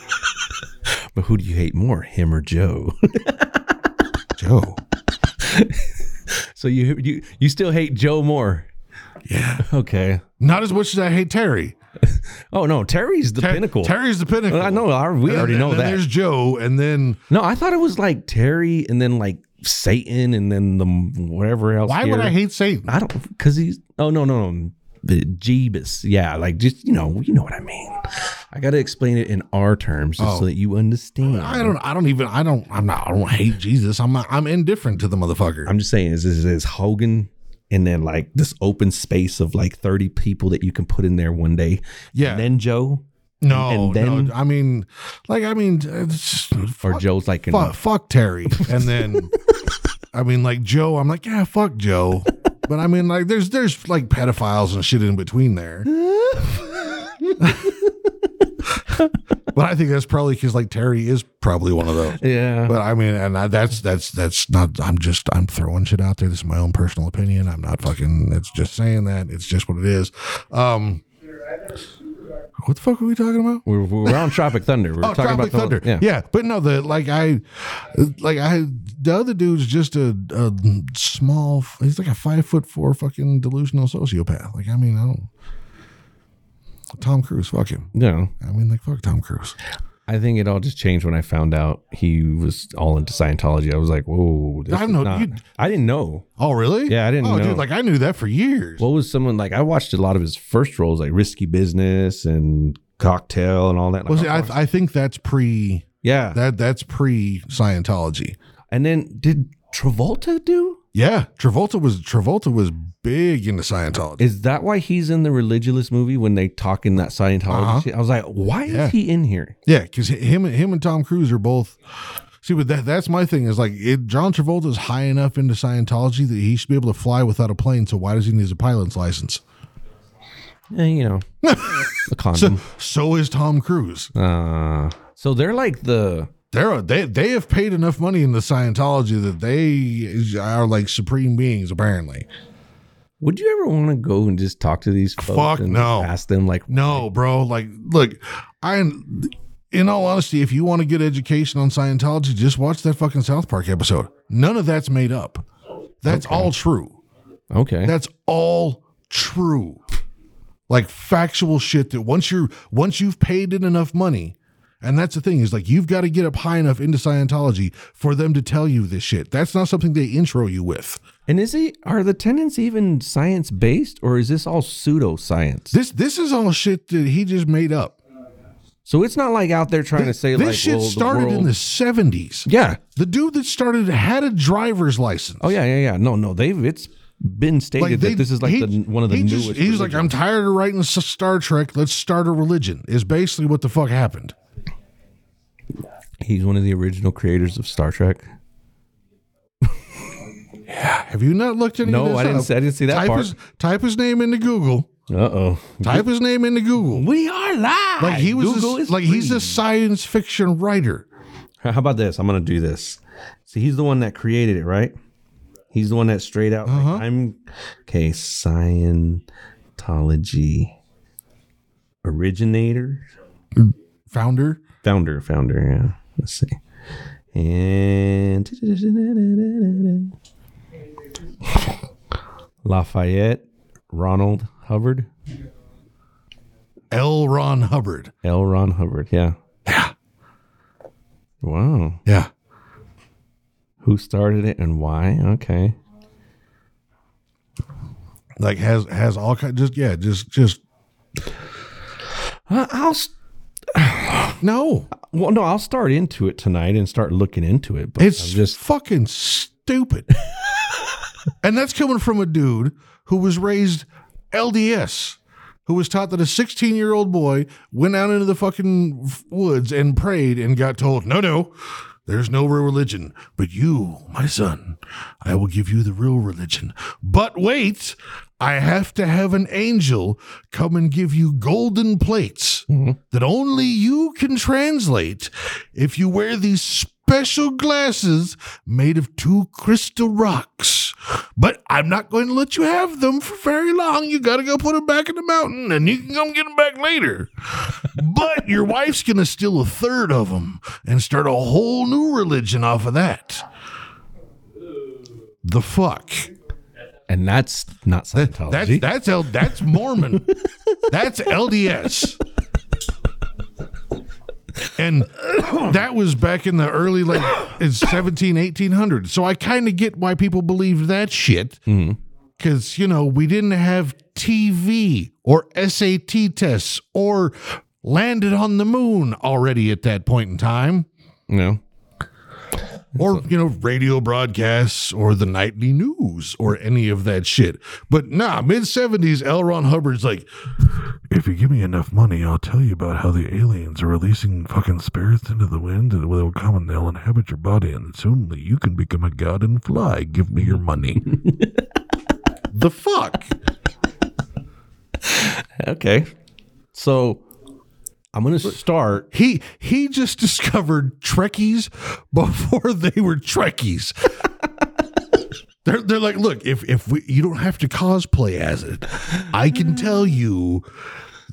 [SPEAKER 4] but who do you hate more, him or Joe?
[SPEAKER 3] Joe.
[SPEAKER 4] so you you you still hate Joe more.
[SPEAKER 3] Yeah.
[SPEAKER 4] Okay.
[SPEAKER 3] Not as much as I hate Terry.
[SPEAKER 4] Oh no, Terry's the
[SPEAKER 3] Ter-
[SPEAKER 4] pinnacle. Uh,
[SPEAKER 3] Terry's the pinnacle.
[SPEAKER 4] I know. I, we
[SPEAKER 3] And
[SPEAKER 4] already
[SPEAKER 3] then-
[SPEAKER 4] know
[SPEAKER 3] and then
[SPEAKER 4] that.
[SPEAKER 3] There's Joe, and then
[SPEAKER 4] No, I thought it was like Terry and then like Satan and then the whatever else.
[SPEAKER 3] why would
[SPEAKER 4] here.
[SPEAKER 3] I hate Satan?
[SPEAKER 4] I don't because he's oh no no no the Jeebus yeah like just you know you know what I mean. I got to explain it in our terms just
[SPEAKER 3] Oh.
[SPEAKER 4] so that you understand.
[SPEAKER 3] I don't. I don't even. I don't. I'm not. I don't hate Jesus. I'm. Not, I'm indifferent to the motherfucker.
[SPEAKER 4] I'm just saying is is, is Hogan and then like this open space of like 30 people that you can put in there one day.
[SPEAKER 3] Yeah.
[SPEAKER 4] And then Joe
[SPEAKER 3] no.
[SPEAKER 4] and then-
[SPEAKER 3] no. I mean, like, I mean, it's just-
[SPEAKER 4] or
[SPEAKER 3] fuck,
[SPEAKER 4] Joe's like an,
[SPEAKER 3] fuck, fuck Terry, and then, I mean, like Joe. I'm like, yeah, fuck Joe. But I mean, like, there's there's like pedophiles and shit in between there. but I think that's probably because like Terry is probably one of those.
[SPEAKER 4] yeah.
[SPEAKER 3] But I mean, and I, that's that's that's not. I'm just I'm throwing shit out there. This is my own personal opinion. I'm not fucking. It's just saying that. It's just what it is. Um, what the fuck are we talking about?
[SPEAKER 4] We're, we're on Tropic Thunder. We're
[SPEAKER 3] Oh,
[SPEAKER 4] talking
[SPEAKER 3] Tropic
[SPEAKER 4] about the-
[SPEAKER 3] Thunder. yeah. but no, the like I, like I, the other dude's just a, a small. He's like a five foot four fucking delusional sociopath. Like I mean, I don't. Tom Cruise, fuck him.
[SPEAKER 4] No,
[SPEAKER 3] I mean, like fuck Tom Cruise.
[SPEAKER 4] I think it all just changed when I found out he was all into Scientology. I was like, whoa. This
[SPEAKER 3] I
[SPEAKER 4] is
[SPEAKER 3] know-
[SPEAKER 4] not-
[SPEAKER 3] you-
[SPEAKER 4] I didn't know.
[SPEAKER 3] Oh really?
[SPEAKER 4] Yeah, I didn't
[SPEAKER 3] Oh
[SPEAKER 4] know.
[SPEAKER 3] dude, like I knew that for years.
[SPEAKER 4] What was someone like? I watched a lot of his first roles, like Risky Business and Cocktail and all that. Like,
[SPEAKER 3] Well, see,
[SPEAKER 4] I
[SPEAKER 3] I,
[SPEAKER 4] watched-
[SPEAKER 3] I think that's pre
[SPEAKER 4] yeah.
[SPEAKER 3] that that's pre Scientology.
[SPEAKER 4] and then did Travolta do?
[SPEAKER 3] Yeah, Travolta was Travolta was big into Scientology.
[SPEAKER 4] Is that why he's in the religious movie when they talk in that Scientology
[SPEAKER 3] Uh-huh.
[SPEAKER 4] shit? I was like, why
[SPEAKER 3] Yeah.
[SPEAKER 4] is he in here?
[SPEAKER 3] yeah, because him him and Tom Cruise are both. See, but that that's my thing is like it, John Travolta is high enough into Scientology that he should be able to fly without a plane. So why does he need a pilot's license?
[SPEAKER 4] Eh, you know, a
[SPEAKER 3] So
[SPEAKER 4] condom.
[SPEAKER 3] so is Tom Cruise.
[SPEAKER 4] uh, so they're like the
[SPEAKER 3] They're they they have paid enough money into Scientology that they are like supreme beings apparently.
[SPEAKER 4] Would you ever want to go and just talk to these folks
[SPEAKER 3] Fuck
[SPEAKER 4] and
[SPEAKER 3] no.
[SPEAKER 4] ask them like
[SPEAKER 3] No, bro. Like, look, I, in all honesty, if you want to get education on Scientology, just watch that fucking South Park episode. None of that's made up. That's all true.
[SPEAKER 4] okay
[SPEAKER 3] That's all true. Like factual shit that once you're once you've paid in enough money, and that's the thing is like you've got to get up high enough into Scientology for them to tell you this shit. That's not something they intro you with.
[SPEAKER 4] and is he are the tenants even science based or is this all pseudoscience?
[SPEAKER 3] This this is all shit that he just made up.
[SPEAKER 4] so it's not like out there trying to say
[SPEAKER 3] this
[SPEAKER 4] like
[SPEAKER 3] shit
[SPEAKER 4] well, the
[SPEAKER 3] started in
[SPEAKER 4] world-
[SPEAKER 3] the 70s.
[SPEAKER 4] yeah
[SPEAKER 3] The dude that started it had a driver's license.
[SPEAKER 4] oh yeah yeah yeah no no they've it's been stated that this is like the, one of the
[SPEAKER 3] he
[SPEAKER 4] newest.
[SPEAKER 3] just- he's like, I'm
[SPEAKER 4] religions.
[SPEAKER 3] tired of writing S- Star Trek. Let's start a religion. Is basically what the fuck happened.
[SPEAKER 4] he's one of the original creators of Star Trek.
[SPEAKER 3] Have you not looked any?
[SPEAKER 4] No,
[SPEAKER 3] of this
[SPEAKER 4] I didn't
[SPEAKER 3] up?
[SPEAKER 4] see- I didn't see that
[SPEAKER 3] type
[SPEAKER 4] part.
[SPEAKER 3] His, type his name into Google.
[SPEAKER 4] Uh oh,
[SPEAKER 3] Type his name into Google.
[SPEAKER 4] we are live.
[SPEAKER 3] Like he was,
[SPEAKER 4] Google
[SPEAKER 3] a,
[SPEAKER 4] is
[SPEAKER 3] like he's
[SPEAKER 4] free.
[SPEAKER 3] a science fiction writer.
[SPEAKER 4] How about this? I'm gonna do this. See, he's the one that created it, right? He's the one that straight out. like,
[SPEAKER 3] Uh-huh.
[SPEAKER 4] I'm okay. Scientology originator,
[SPEAKER 3] Founder.
[SPEAKER 4] founder, founder. Yeah, let's see. And Lafayette, Ronald Hubbard,
[SPEAKER 3] L. Ron Hubbard.
[SPEAKER 4] L. Ron Hubbard. Yeah. Yeah. Wow.
[SPEAKER 3] Yeah.
[SPEAKER 4] Who started it and why? Okay.
[SPEAKER 3] Like has has all kind. Just yeah. Just just
[SPEAKER 4] Uh, I'll. s-
[SPEAKER 3] no.
[SPEAKER 4] Well, no, I'll start into it tonight and start looking into it. But
[SPEAKER 3] It's
[SPEAKER 4] I'm just
[SPEAKER 3] fucking stupid. and that's coming from a dude who was raised LDS, who was taught that a 16 year old boy went out into the fucking f- woods and prayed and got told, no, no, there's no real religion. But you, my son, I will give you the real religion. But wait, I have to have an angel come and give you golden plates that only you can translate if you wear these special glasses made of two crystal rocks. But I'm not going to let you have them for very long. You got to go put them back in the mountain and you can come get them back later. but your wife's going to steal a third of them and start a whole new religion off of that. The fuck?
[SPEAKER 4] and that's not Scientology.
[SPEAKER 3] That's that's L, that's Mormon. that's LDS. And that was back in the early like in 17 1800. So I kind of get why people believed that shit. Cuz you know, we didn't have TV or SAT tests or landed on the moon already at that point in time.
[SPEAKER 4] No.
[SPEAKER 3] Or, you know, radio broadcasts or the nightly news or any of that shit. But nah, mid 70s, L. Ron Hubbard's like,
[SPEAKER 7] If you give me enough money, I'll tell you about how the aliens are releasing fucking spirits into the wind and they'll come and they'll inhabit your body and soon you can become a god and fly. Give me your money.
[SPEAKER 3] the fuck?
[SPEAKER 4] Okay. So I'm going to start.
[SPEAKER 3] He he just discovered Trekkies before they were Trekkies. they're they're like, look, if if we, you don't have to cosplay as it, I can tell you,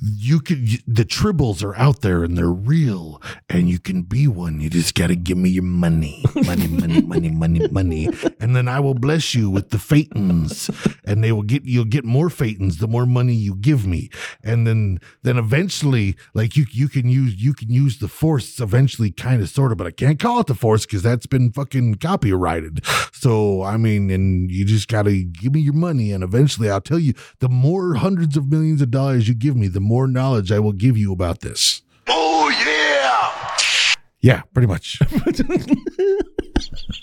[SPEAKER 3] you can the tribbles are out there and they're real, and you can be one. You just gotta give me your money, money, money, money, money, money, and then I will bless you with the phaetons, and they will get you'll get more phaetons the more money you give me, and then then eventually, like you you can use you can use the force eventually, kind of sort of, but I can't call it the force because that's been fucking copyrighted. So I mean, and you just gotta give me your money, and eventually I'll tell you. The more hundreds of millions of dollars you give me, the more knowledge I will give you about this.
[SPEAKER 2] Oh, yeah!
[SPEAKER 3] Yeah, pretty much.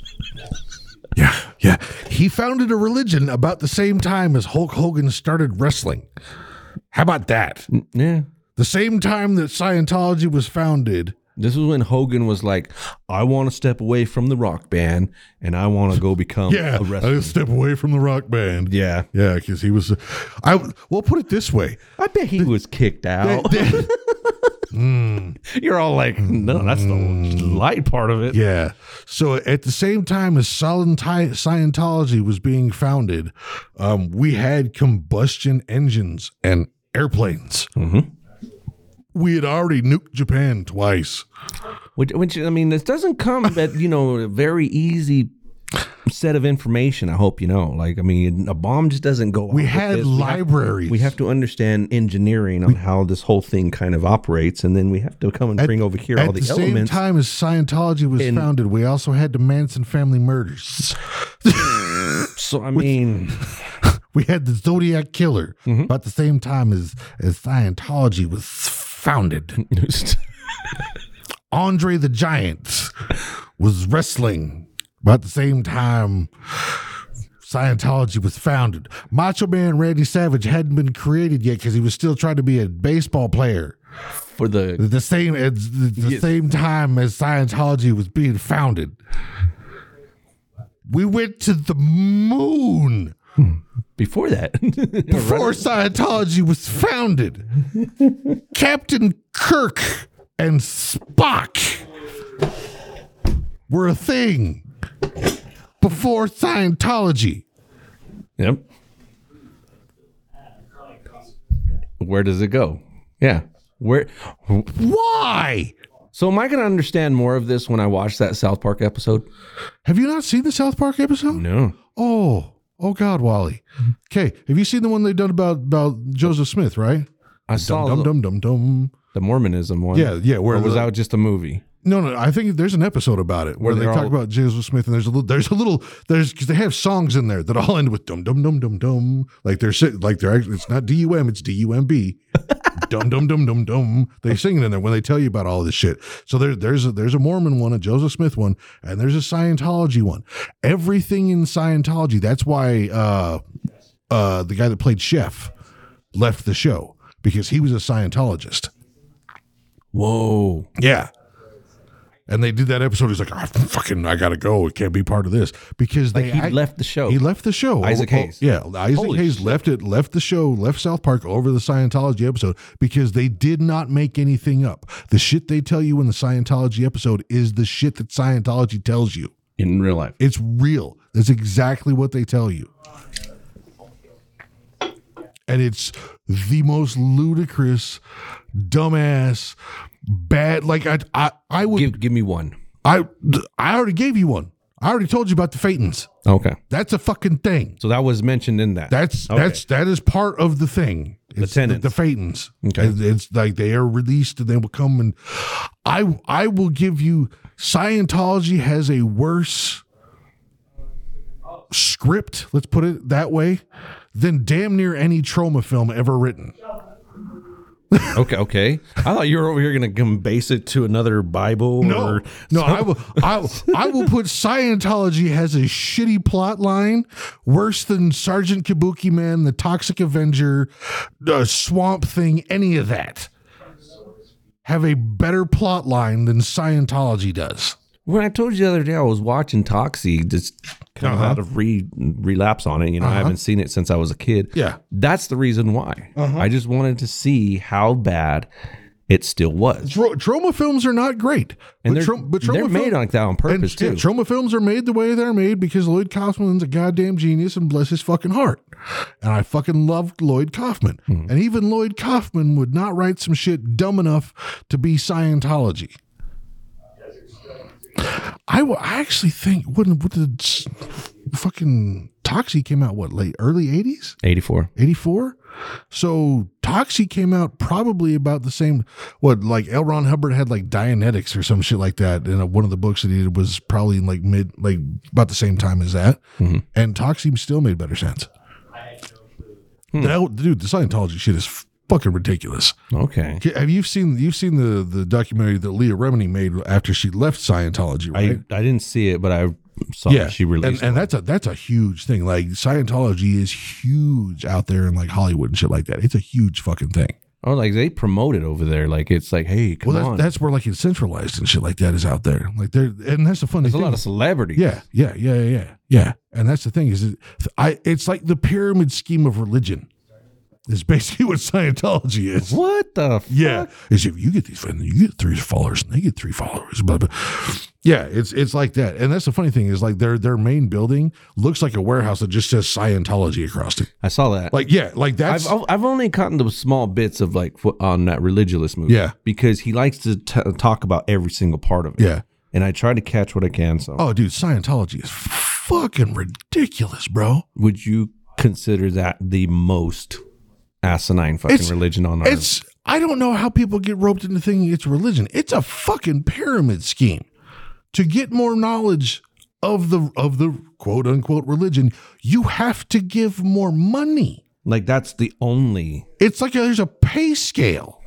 [SPEAKER 3] yeah, yeah. He founded a religion about the same time as Hulk Hogan started wrestling. How about that?
[SPEAKER 4] Yeah.
[SPEAKER 3] The same time that Scientology was founded.
[SPEAKER 4] This was when Hogan was like, I want to step away from the rock band and I want to go become
[SPEAKER 3] Yeah,
[SPEAKER 4] a
[SPEAKER 3] I
[SPEAKER 4] wrestler.
[SPEAKER 3] just step away from the rock band.
[SPEAKER 4] yeah.
[SPEAKER 3] Yeah, because he was. I well put it this way.
[SPEAKER 4] I bet he was kicked out. You're all like, no, that's the light part of it.
[SPEAKER 3] Yeah. So at the same time as Solenti- Scientology was being founded, um, we had combustion engines and airplanes.
[SPEAKER 4] Mhm.
[SPEAKER 3] We had already nuked Japan twice.
[SPEAKER 4] Which, which, I mean, this doesn't come at, you know, a very easy set of information, I hope you know. Like, I mean, a bomb just doesn't go
[SPEAKER 3] We
[SPEAKER 4] off with
[SPEAKER 3] had
[SPEAKER 4] this. We have-
[SPEAKER 3] libraries.
[SPEAKER 4] We have to understand engineering on how this whole thing kind of operates, and then we have to come and bring over here
[SPEAKER 3] At
[SPEAKER 4] all the,
[SPEAKER 3] the
[SPEAKER 4] elements.
[SPEAKER 3] same time as Scientology was
[SPEAKER 4] And-
[SPEAKER 3] founded, we also had the Manson family murders.
[SPEAKER 4] So I mean,
[SPEAKER 3] We had the Zodiac Killer about the same time as, as Scientology was founded. Andre the Giant was wrestling about the same time Scientology was founded. Macho Man Randy Savage hadn't been created yet because he was still trying to be a baseball player.
[SPEAKER 4] for the
[SPEAKER 3] The same at the, the
[SPEAKER 4] Yes.
[SPEAKER 3] same time as Scientology was being founded. We went to the moon
[SPEAKER 4] before that,
[SPEAKER 3] before Scientology was founded. Captain Kirk and Spock were a thing before Scientology.
[SPEAKER 4] yep. Where does it go? Yeah, where?
[SPEAKER 3] Why?
[SPEAKER 4] So am I going to understand more of this when I watch that South Park episode?
[SPEAKER 3] Have you not seen the South Park episode?
[SPEAKER 4] No. Mm-hmm.
[SPEAKER 3] Oh, oh God, Wally. Okay, have you seen the one they done about about Joseph Smith? Right?
[SPEAKER 4] I saw
[SPEAKER 3] Dum
[SPEAKER 4] the,
[SPEAKER 3] dum dum dum.
[SPEAKER 4] the Mormonism one.
[SPEAKER 3] Yeah, yeah. Where
[SPEAKER 4] Or was
[SPEAKER 3] the-
[SPEAKER 4] that just a movie?
[SPEAKER 3] No, no. I think there's an episode about it where,
[SPEAKER 4] Where
[SPEAKER 3] they
[SPEAKER 4] they're
[SPEAKER 3] talk
[SPEAKER 4] all-
[SPEAKER 3] about Joseph Smith, and there's a little, there's a little, there's because they have songs in there that all end with dum dum dum dum dum. Like they're sit- like they're actually, it's not D U M, it's D U M B. Dum dum dum dum dum. They sing it in there when they tell you about all this shit. So there, there's a, there's a Mormon one, a Joseph Smith one, and there's a Scientology one. Everything in Scientology. That's why uh, uh, the guy that played Chef left the show because he was a Scientologist.
[SPEAKER 4] Whoa.
[SPEAKER 3] Yeah. And they did that episode. He's like, I fucking, I gotta go. It can't be part of this because they
[SPEAKER 4] he
[SPEAKER 3] act-
[SPEAKER 4] left the show.
[SPEAKER 3] He left the show.
[SPEAKER 4] Isaac
[SPEAKER 3] Oh, oh,
[SPEAKER 4] Hayes.
[SPEAKER 3] Yeah, Isaac
[SPEAKER 4] Holy
[SPEAKER 3] Hayes
[SPEAKER 4] shit.
[SPEAKER 3] left it, left the show, left South Park over the Scientology episode because they did not make anything up. The shit they tell you in the Scientology episode is the shit that Scientology tells you.
[SPEAKER 4] in real life.
[SPEAKER 3] It's real. That's exactly what they tell you. And it's the most ludicrous, dumbass, bad. Like I, I, I would
[SPEAKER 4] Give give me one.
[SPEAKER 3] I I already gave you one. I already told you about the Phaetons.
[SPEAKER 4] Okay.
[SPEAKER 3] That's a fucking thing.
[SPEAKER 4] So that was mentioned in that.
[SPEAKER 3] That's
[SPEAKER 4] Okay.
[SPEAKER 3] that's that is part of the thing. It's the,
[SPEAKER 4] tenants.
[SPEAKER 3] the Phaetons.
[SPEAKER 4] Okay.
[SPEAKER 3] It's, it's like they are released and they will come and I I will give you Scientology has a worse script, let's put it that way, than damn near any trauma film ever written.
[SPEAKER 4] Okay, okay. I thought you were over here going to base it to another Bible.
[SPEAKER 3] No,
[SPEAKER 4] or
[SPEAKER 3] no, I will, I, will- I will put Scientology has a shitty plot line, worse than Sergeant Kabuki Man, the Toxic Avenger, the Swamp Thing, any of that. Have a better plot line than Scientology does.
[SPEAKER 4] When I told you the other day, I was watching Toxie, just kind
[SPEAKER 3] Uh-huh.
[SPEAKER 4] of out of re- relapse on it. You know, I haven't seen it since I was a kid.
[SPEAKER 3] Yeah. Uh-huh.
[SPEAKER 4] That's the reason why. I just wanted to see how bad it still was.
[SPEAKER 3] Tro- trauma films are not great,
[SPEAKER 4] And they're,
[SPEAKER 3] tro-
[SPEAKER 4] they're
[SPEAKER 3] trauma
[SPEAKER 4] made
[SPEAKER 3] film-
[SPEAKER 4] like that on
[SPEAKER 3] and,
[SPEAKER 4] purpose,
[SPEAKER 3] yeah,
[SPEAKER 4] too.
[SPEAKER 3] trauma films are made the way they're made because Lloyd Kaufman's a goddamn genius and bless his fucking heart. And I fucking love Lloyd Kaufman.
[SPEAKER 4] Hmm.
[SPEAKER 3] And even Lloyd Kaufman would not write some shit dumb enough to be Scientology. I wa- I actually think when what did s- fucking Toxie came out what late early eighties
[SPEAKER 4] 84.
[SPEAKER 3] 84 so toxie came out probably about the same what like L. Ron Hubbard had like Dianetics or some shit like that and uh, one of the books that he did was probably in like mid like about the same time as that and toxie still made better sense that, dude the Scientology shit is fucking ridiculous
[SPEAKER 4] Okay.
[SPEAKER 3] Okay, have you seen you've seen the the documentary that Leah Remini made after she left Scientology right
[SPEAKER 4] I, I didn't see it, but I saw
[SPEAKER 3] yeah,
[SPEAKER 4] she released
[SPEAKER 3] and, and that's a that's a huge thing. Like Scientology is huge out there in like Hollywood and shit like that. It's a huge fucking thing.
[SPEAKER 4] Oh, like they promote it over there. Like it's like, hey, come
[SPEAKER 3] Well, that's,
[SPEAKER 4] on.
[SPEAKER 3] that's where like it's centralized and shit like that is out there. Like there, and that's the funny
[SPEAKER 4] There's a
[SPEAKER 3] thing.
[SPEAKER 4] lot of celebrities.
[SPEAKER 3] yeah, yeah, yeah, yeah, yeah, yeah. And that's the thing is, it, I it's like the pyramid scheme of religion. Is basically what Scientology is.
[SPEAKER 4] What the fuck?
[SPEAKER 3] Yeah, is if you get these, and you get three followers, and they get three followers. Blah, blah. Yeah, it's it's like that, and that's the funny thing is like their their main building looks like a warehouse that just says Scientology across it.
[SPEAKER 4] I saw that.
[SPEAKER 3] Like yeah, like that's
[SPEAKER 4] I've I've only caught the small bits of like fo- on that religious movie.
[SPEAKER 3] Yeah.
[SPEAKER 4] because he likes to t- talk about every single part of it.
[SPEAKER 3] yeah.
[SPEAKER 4] and I try to catch what I can. So,
[SPEAKER 3] Oh, dude, Scientology is fucking ridiculous, bro.
[SPEAKER 4] would you consider that the most asinine fucking
[SPEAKER 3] It's-
[SPEAKER 4] religion on earth?
[SPEAKER 3] It's I don't know how people get roped into thinking it's religion. It's a fucking pyramid scheme to get more knowledge of the of the quote unquote religion. You have to give more money.
[SPEAKER 4] like that's the only.
[SPEAKER 3] It's like there's a pay scale.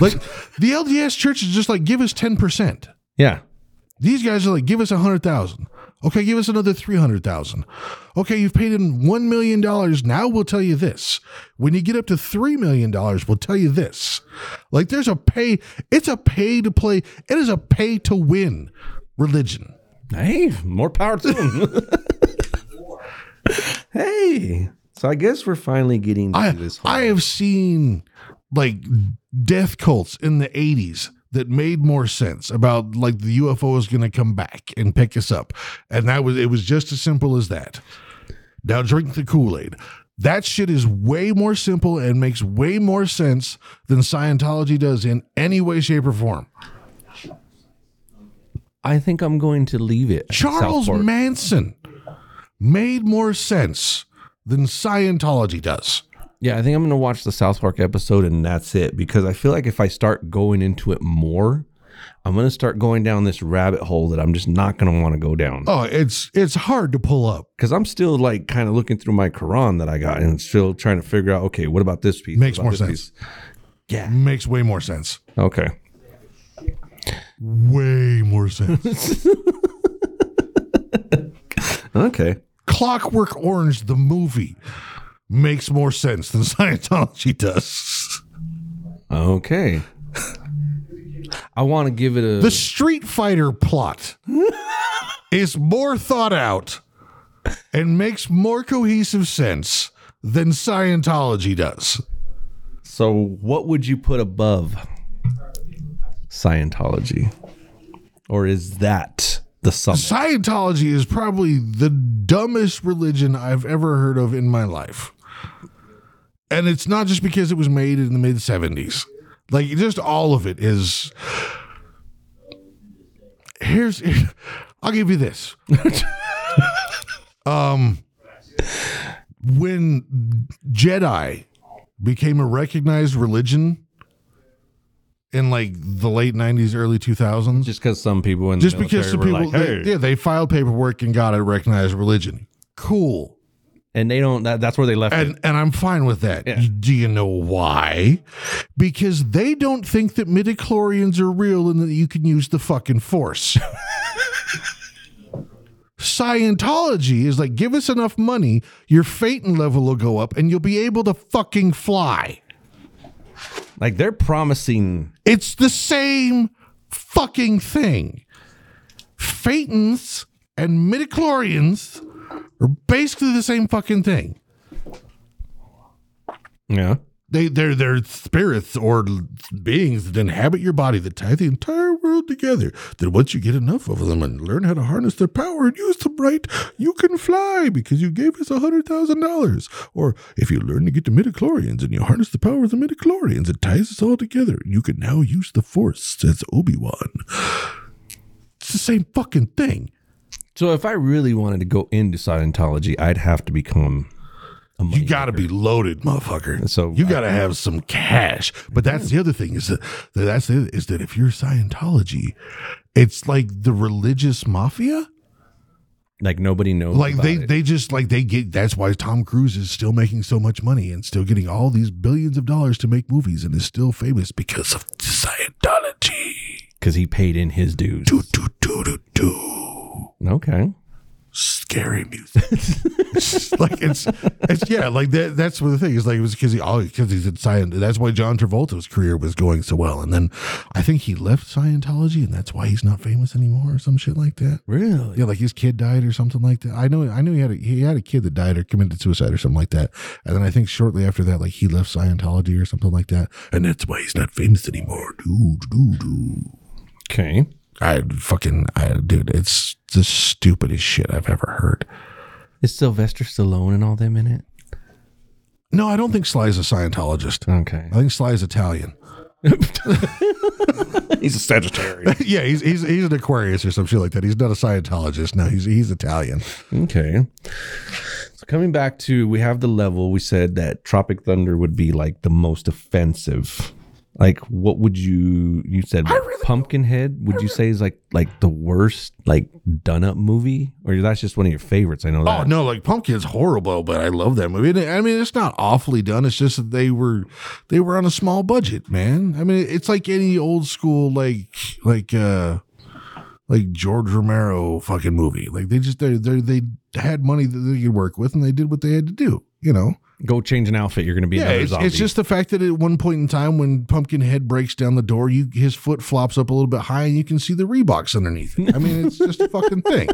[SPEAKER 3] Like the LDS church is just like give us ten percent.
[SPEAKER 4] Yeah,
[SPEAKER 3] These guys are like give us a hundred thousand. Okay, give us another three hundred thousand. Okay, you've paid in one million dollars. Now we'll tell you this. When you get up to three million dollars, we'll tell you this. Like there's a pay. It's a pay to play. It is a pay to win religion.
[SPEAKER 4] hey, more power to them. hey, so I guess we're finally getting to
[SPEAKER 3] I
[SPEAKER 4] this.
[SPEAKER 3] I have seen like death cults in the 80s that made more sense about like the UFO is going to come back and pick us up. And that was it was just as simple as that. Now drink the Kool-Aid. That shit is way more simple and makes way more sense than Scientology does in any way shape or form.
[SPEAKER 4] I think I'm going to leave it. at South
[SPEAKER 3] Charles
[SPEAKER 4] Park.
[SPEAKER 3] Manson made more sense than Scientology does.
[SPEAKER 4] Yeah, I think I'm going to watch the South Park episode and that's it because I feel like if I start going into it more, I'm going to start going down this rabbit hole that I'm just not going to want to go down.
[SPEAKER 3] Oh, it's it's hard to pull up.
[SPEAKER 4] Because I'm still like kind of looking through my Quran that I got and still trying to figure out, okay, what about this piece? What
[SPEAKER 3] Makes
[SPEAKER 4] about
[SPEAKER 3] more
[SPEAKER 4] this
[SPEAKER 3] sense.
[SPEAKER 4] piece? Yeah.
[SPEAKER 3] Makes way more sense.
[SPEAKER 4] Okay.
[SPEAKER 3] way more sense.
[SPEAKER 4] Okay.
[SPEAKER 3] Clockwork Orange, the movie, makes more sense than Scientology does.
[SPEAKER 4] Okay. I want to give it a.
[SPEAKER 3] The Street Fighter plot is more thought out and makes more cohesive sense than Scientology does.
[SPEAKER 4] so, what would you put above Scientology? Or is that the summit?
[SPEAKER 3] Scientology is probably the dumbest religion I've ever heard of in my life. And it's not just because it was made in the mid 70s. Like just all of it is Here's I'll give you this. um when Jedi became a recognized religion in like the late 90s early 2000s
[SPEAKER 4] just because some people in
[SPEAKER 3] just
[SPEAKER 4] the
[SPEAKER 3] because
[SPEAKER 4] military
[SPEAKER 3] some
[SPEAKER 4] were
[SPEAKER 3] people
[SPEAKER 4] like, hey,
[SPEAKER 3] they, yeah they filed paperwork and got a recognized religion cool
[SPEAKER 4] and they don't. That, that's where they left it.
[SPEAKER 3] And and I'm fine with that.
[SPEAKER 4] Yeah.
[SPEAKER 3] Do you know why? Because they don't think that midichlorians are real and that you can use the fucking force. Scientology is like give us enough money, your Phaeton level will go up and you'll be able to fucking fly.
[SPEAKER 4] Like they're promising.
[SPEAKER 3] It's the same fucking thing. Phaetons and midichlorians are basically the same fucking thing.
[SPEAKER 4] Yeah.
[SPEAKER 3] They they're they're spirits or l- beings that inhabit your body that tie the entire world together. Then once you get enough of them and learn how to harness their power and use them right, you can fly because you gave us a hundred thousand dollars. Or if you learn to get to midichlorians and you harness the power of the midichlorians, it ties us all together. and You can now use the force, says Obi-Wan. It's the same fucking thing.
[SPEAKER 4] So if I really wanted to go into Scientology, I'd have to become. A money
[SPEAKER 3] You gotta be loaded, motherfucker.
[SPEAKER 4] So
[SPEAKER 3] you gotta have some cash. But that's the other thing is that that that's the, is that if you're Scientology, it's like the religious mafia.
[SPEAKER 4] like nobody knows.
[SPEAKER 3] Like they
[SPEAKER 4] about it.
[SPEAKER 3] they just like they get. That's why Tom Cruise is still making so much money and still getting all these billions of dollars to make movies and is still famous because of Scientology.
[SPEAKER 4] because he paid in his dues.
[SPEAKER 3] Do do do do do.
[SPEAKER 4] Okay.
[SPEAKER 3] scary music. like it's, it's yeah, like that. That's what the thing is. Like it was because he all because he's in Scientology. That's why John Travolta's career was going so well, and then I think he left Scientology, and that's why he's not famous anymore, or some shit like that.
[SPEAKER 4] Really?
[SPEAKER 3] Yeah, like his kid died or something like that. I know, I knew he had a, he had a kid that died or committed suicide or something like that. And then I think shortly after that, like he left Scientology or something like that, and that's why he's not famous anymore. Dude, dude, dude.
[SPEAKER 4] Okay.
[SPEAKER 3] I fucking, I dude, it's the stupidest shit I've ever heard.
[SPEAKER 4] Is Sylvester Stallone and all them in it?
[SPEAKER 3] No, I don't think Sly's a Scientologist.
[SPEAKER 4] Okay.
[SPEAKER 3] I think Sly's Italian.
[SPEAKER 4] He's a Sagittarius.
[SPEAKER 3] yeah, he's, he's he's an Aquarius or some shit like that. He's not a Scientologist. No, he's he's Italian.
[SPEAKER 4] okay. So coming back to we have the level we said that Tropic Thunder would be like the most offensive. Like what would you you said Pumpkinhead would you say is like like the worst like done up movie or that's just one of your favorites I know that.
[SPEAKER 3] Oh no, like Pumpkin's horrible, but I love that movie. And I mean, it's not awfully done. It's just that they were they were on a small budget, man. I mean, it's like any old school like like uh like George Romero fucking movie. Like they just they they they had money that they could work with, and they did what they had to do. You know.
[SPEAKER 4] Go change an outfit you're going to be
[SPEAKER 3] Yeah,
[SPEAKER 4] another
[SPEAKER 3] it's,
[SPEAKER 4] zombie.
[SPEAKER 3] it's just the fact that at one point in time, when Pumpkinhead breaks down the door, you his foot flops up a little bit high, and you can see the Reeboks underneath. It. I mean, it's just a fucking thing.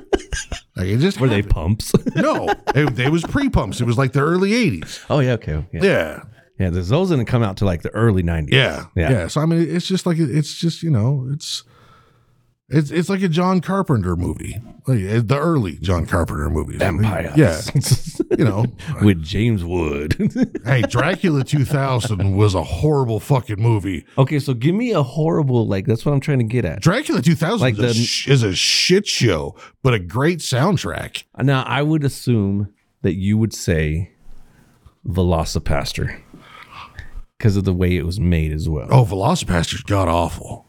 [SPEAKER 3] Like it just
[SPEAKER 4] were they
[SPEAKER 3] happened.
[SPEAKER 4] pumps?
[SPEAKER 3] No, it, it was pre pumps. It was like the early '80s.
[SPEAKER 4] oh yeah, okay. Yeah.
[SPEAKER 3] Yeah,
[SPEAKER 4] Yeah, there's those didn't come out to like the early 90s.
[SPEAKER 3] yeah,
[SPEAKER 4] Yeah.
[SPEAKER 3] yeah. So I mean, it's just like it's just you know, it's it's it's like a John Carpenter movie, like uh, the early John Carpenter movies.
[SPEAKER 4] Vampires.
[SPEAKER 3] Yeah, you know,
[SPEAKER 4] With James Wood.
[SPEAKER 3] hey, Dracula 2000 was a horrible fucking movie.
[SPEAKER 4] okay, so give me a horrible, like, that's what I'm trying to get at.
[SPEAKER 3] Dracula 2000
[SPEAKER 4] Like
[SPEAKER 3] is, a
[SPEAKER 4] the-
[SPEAKER 3] sh- is a shit show, but a great soundtrack.
[SPEAKER 4] Now, I would assume that you would say Velocipaster because of the way it was made as well.
[SPEAKER 3] Oh, Velocipaster's god awful.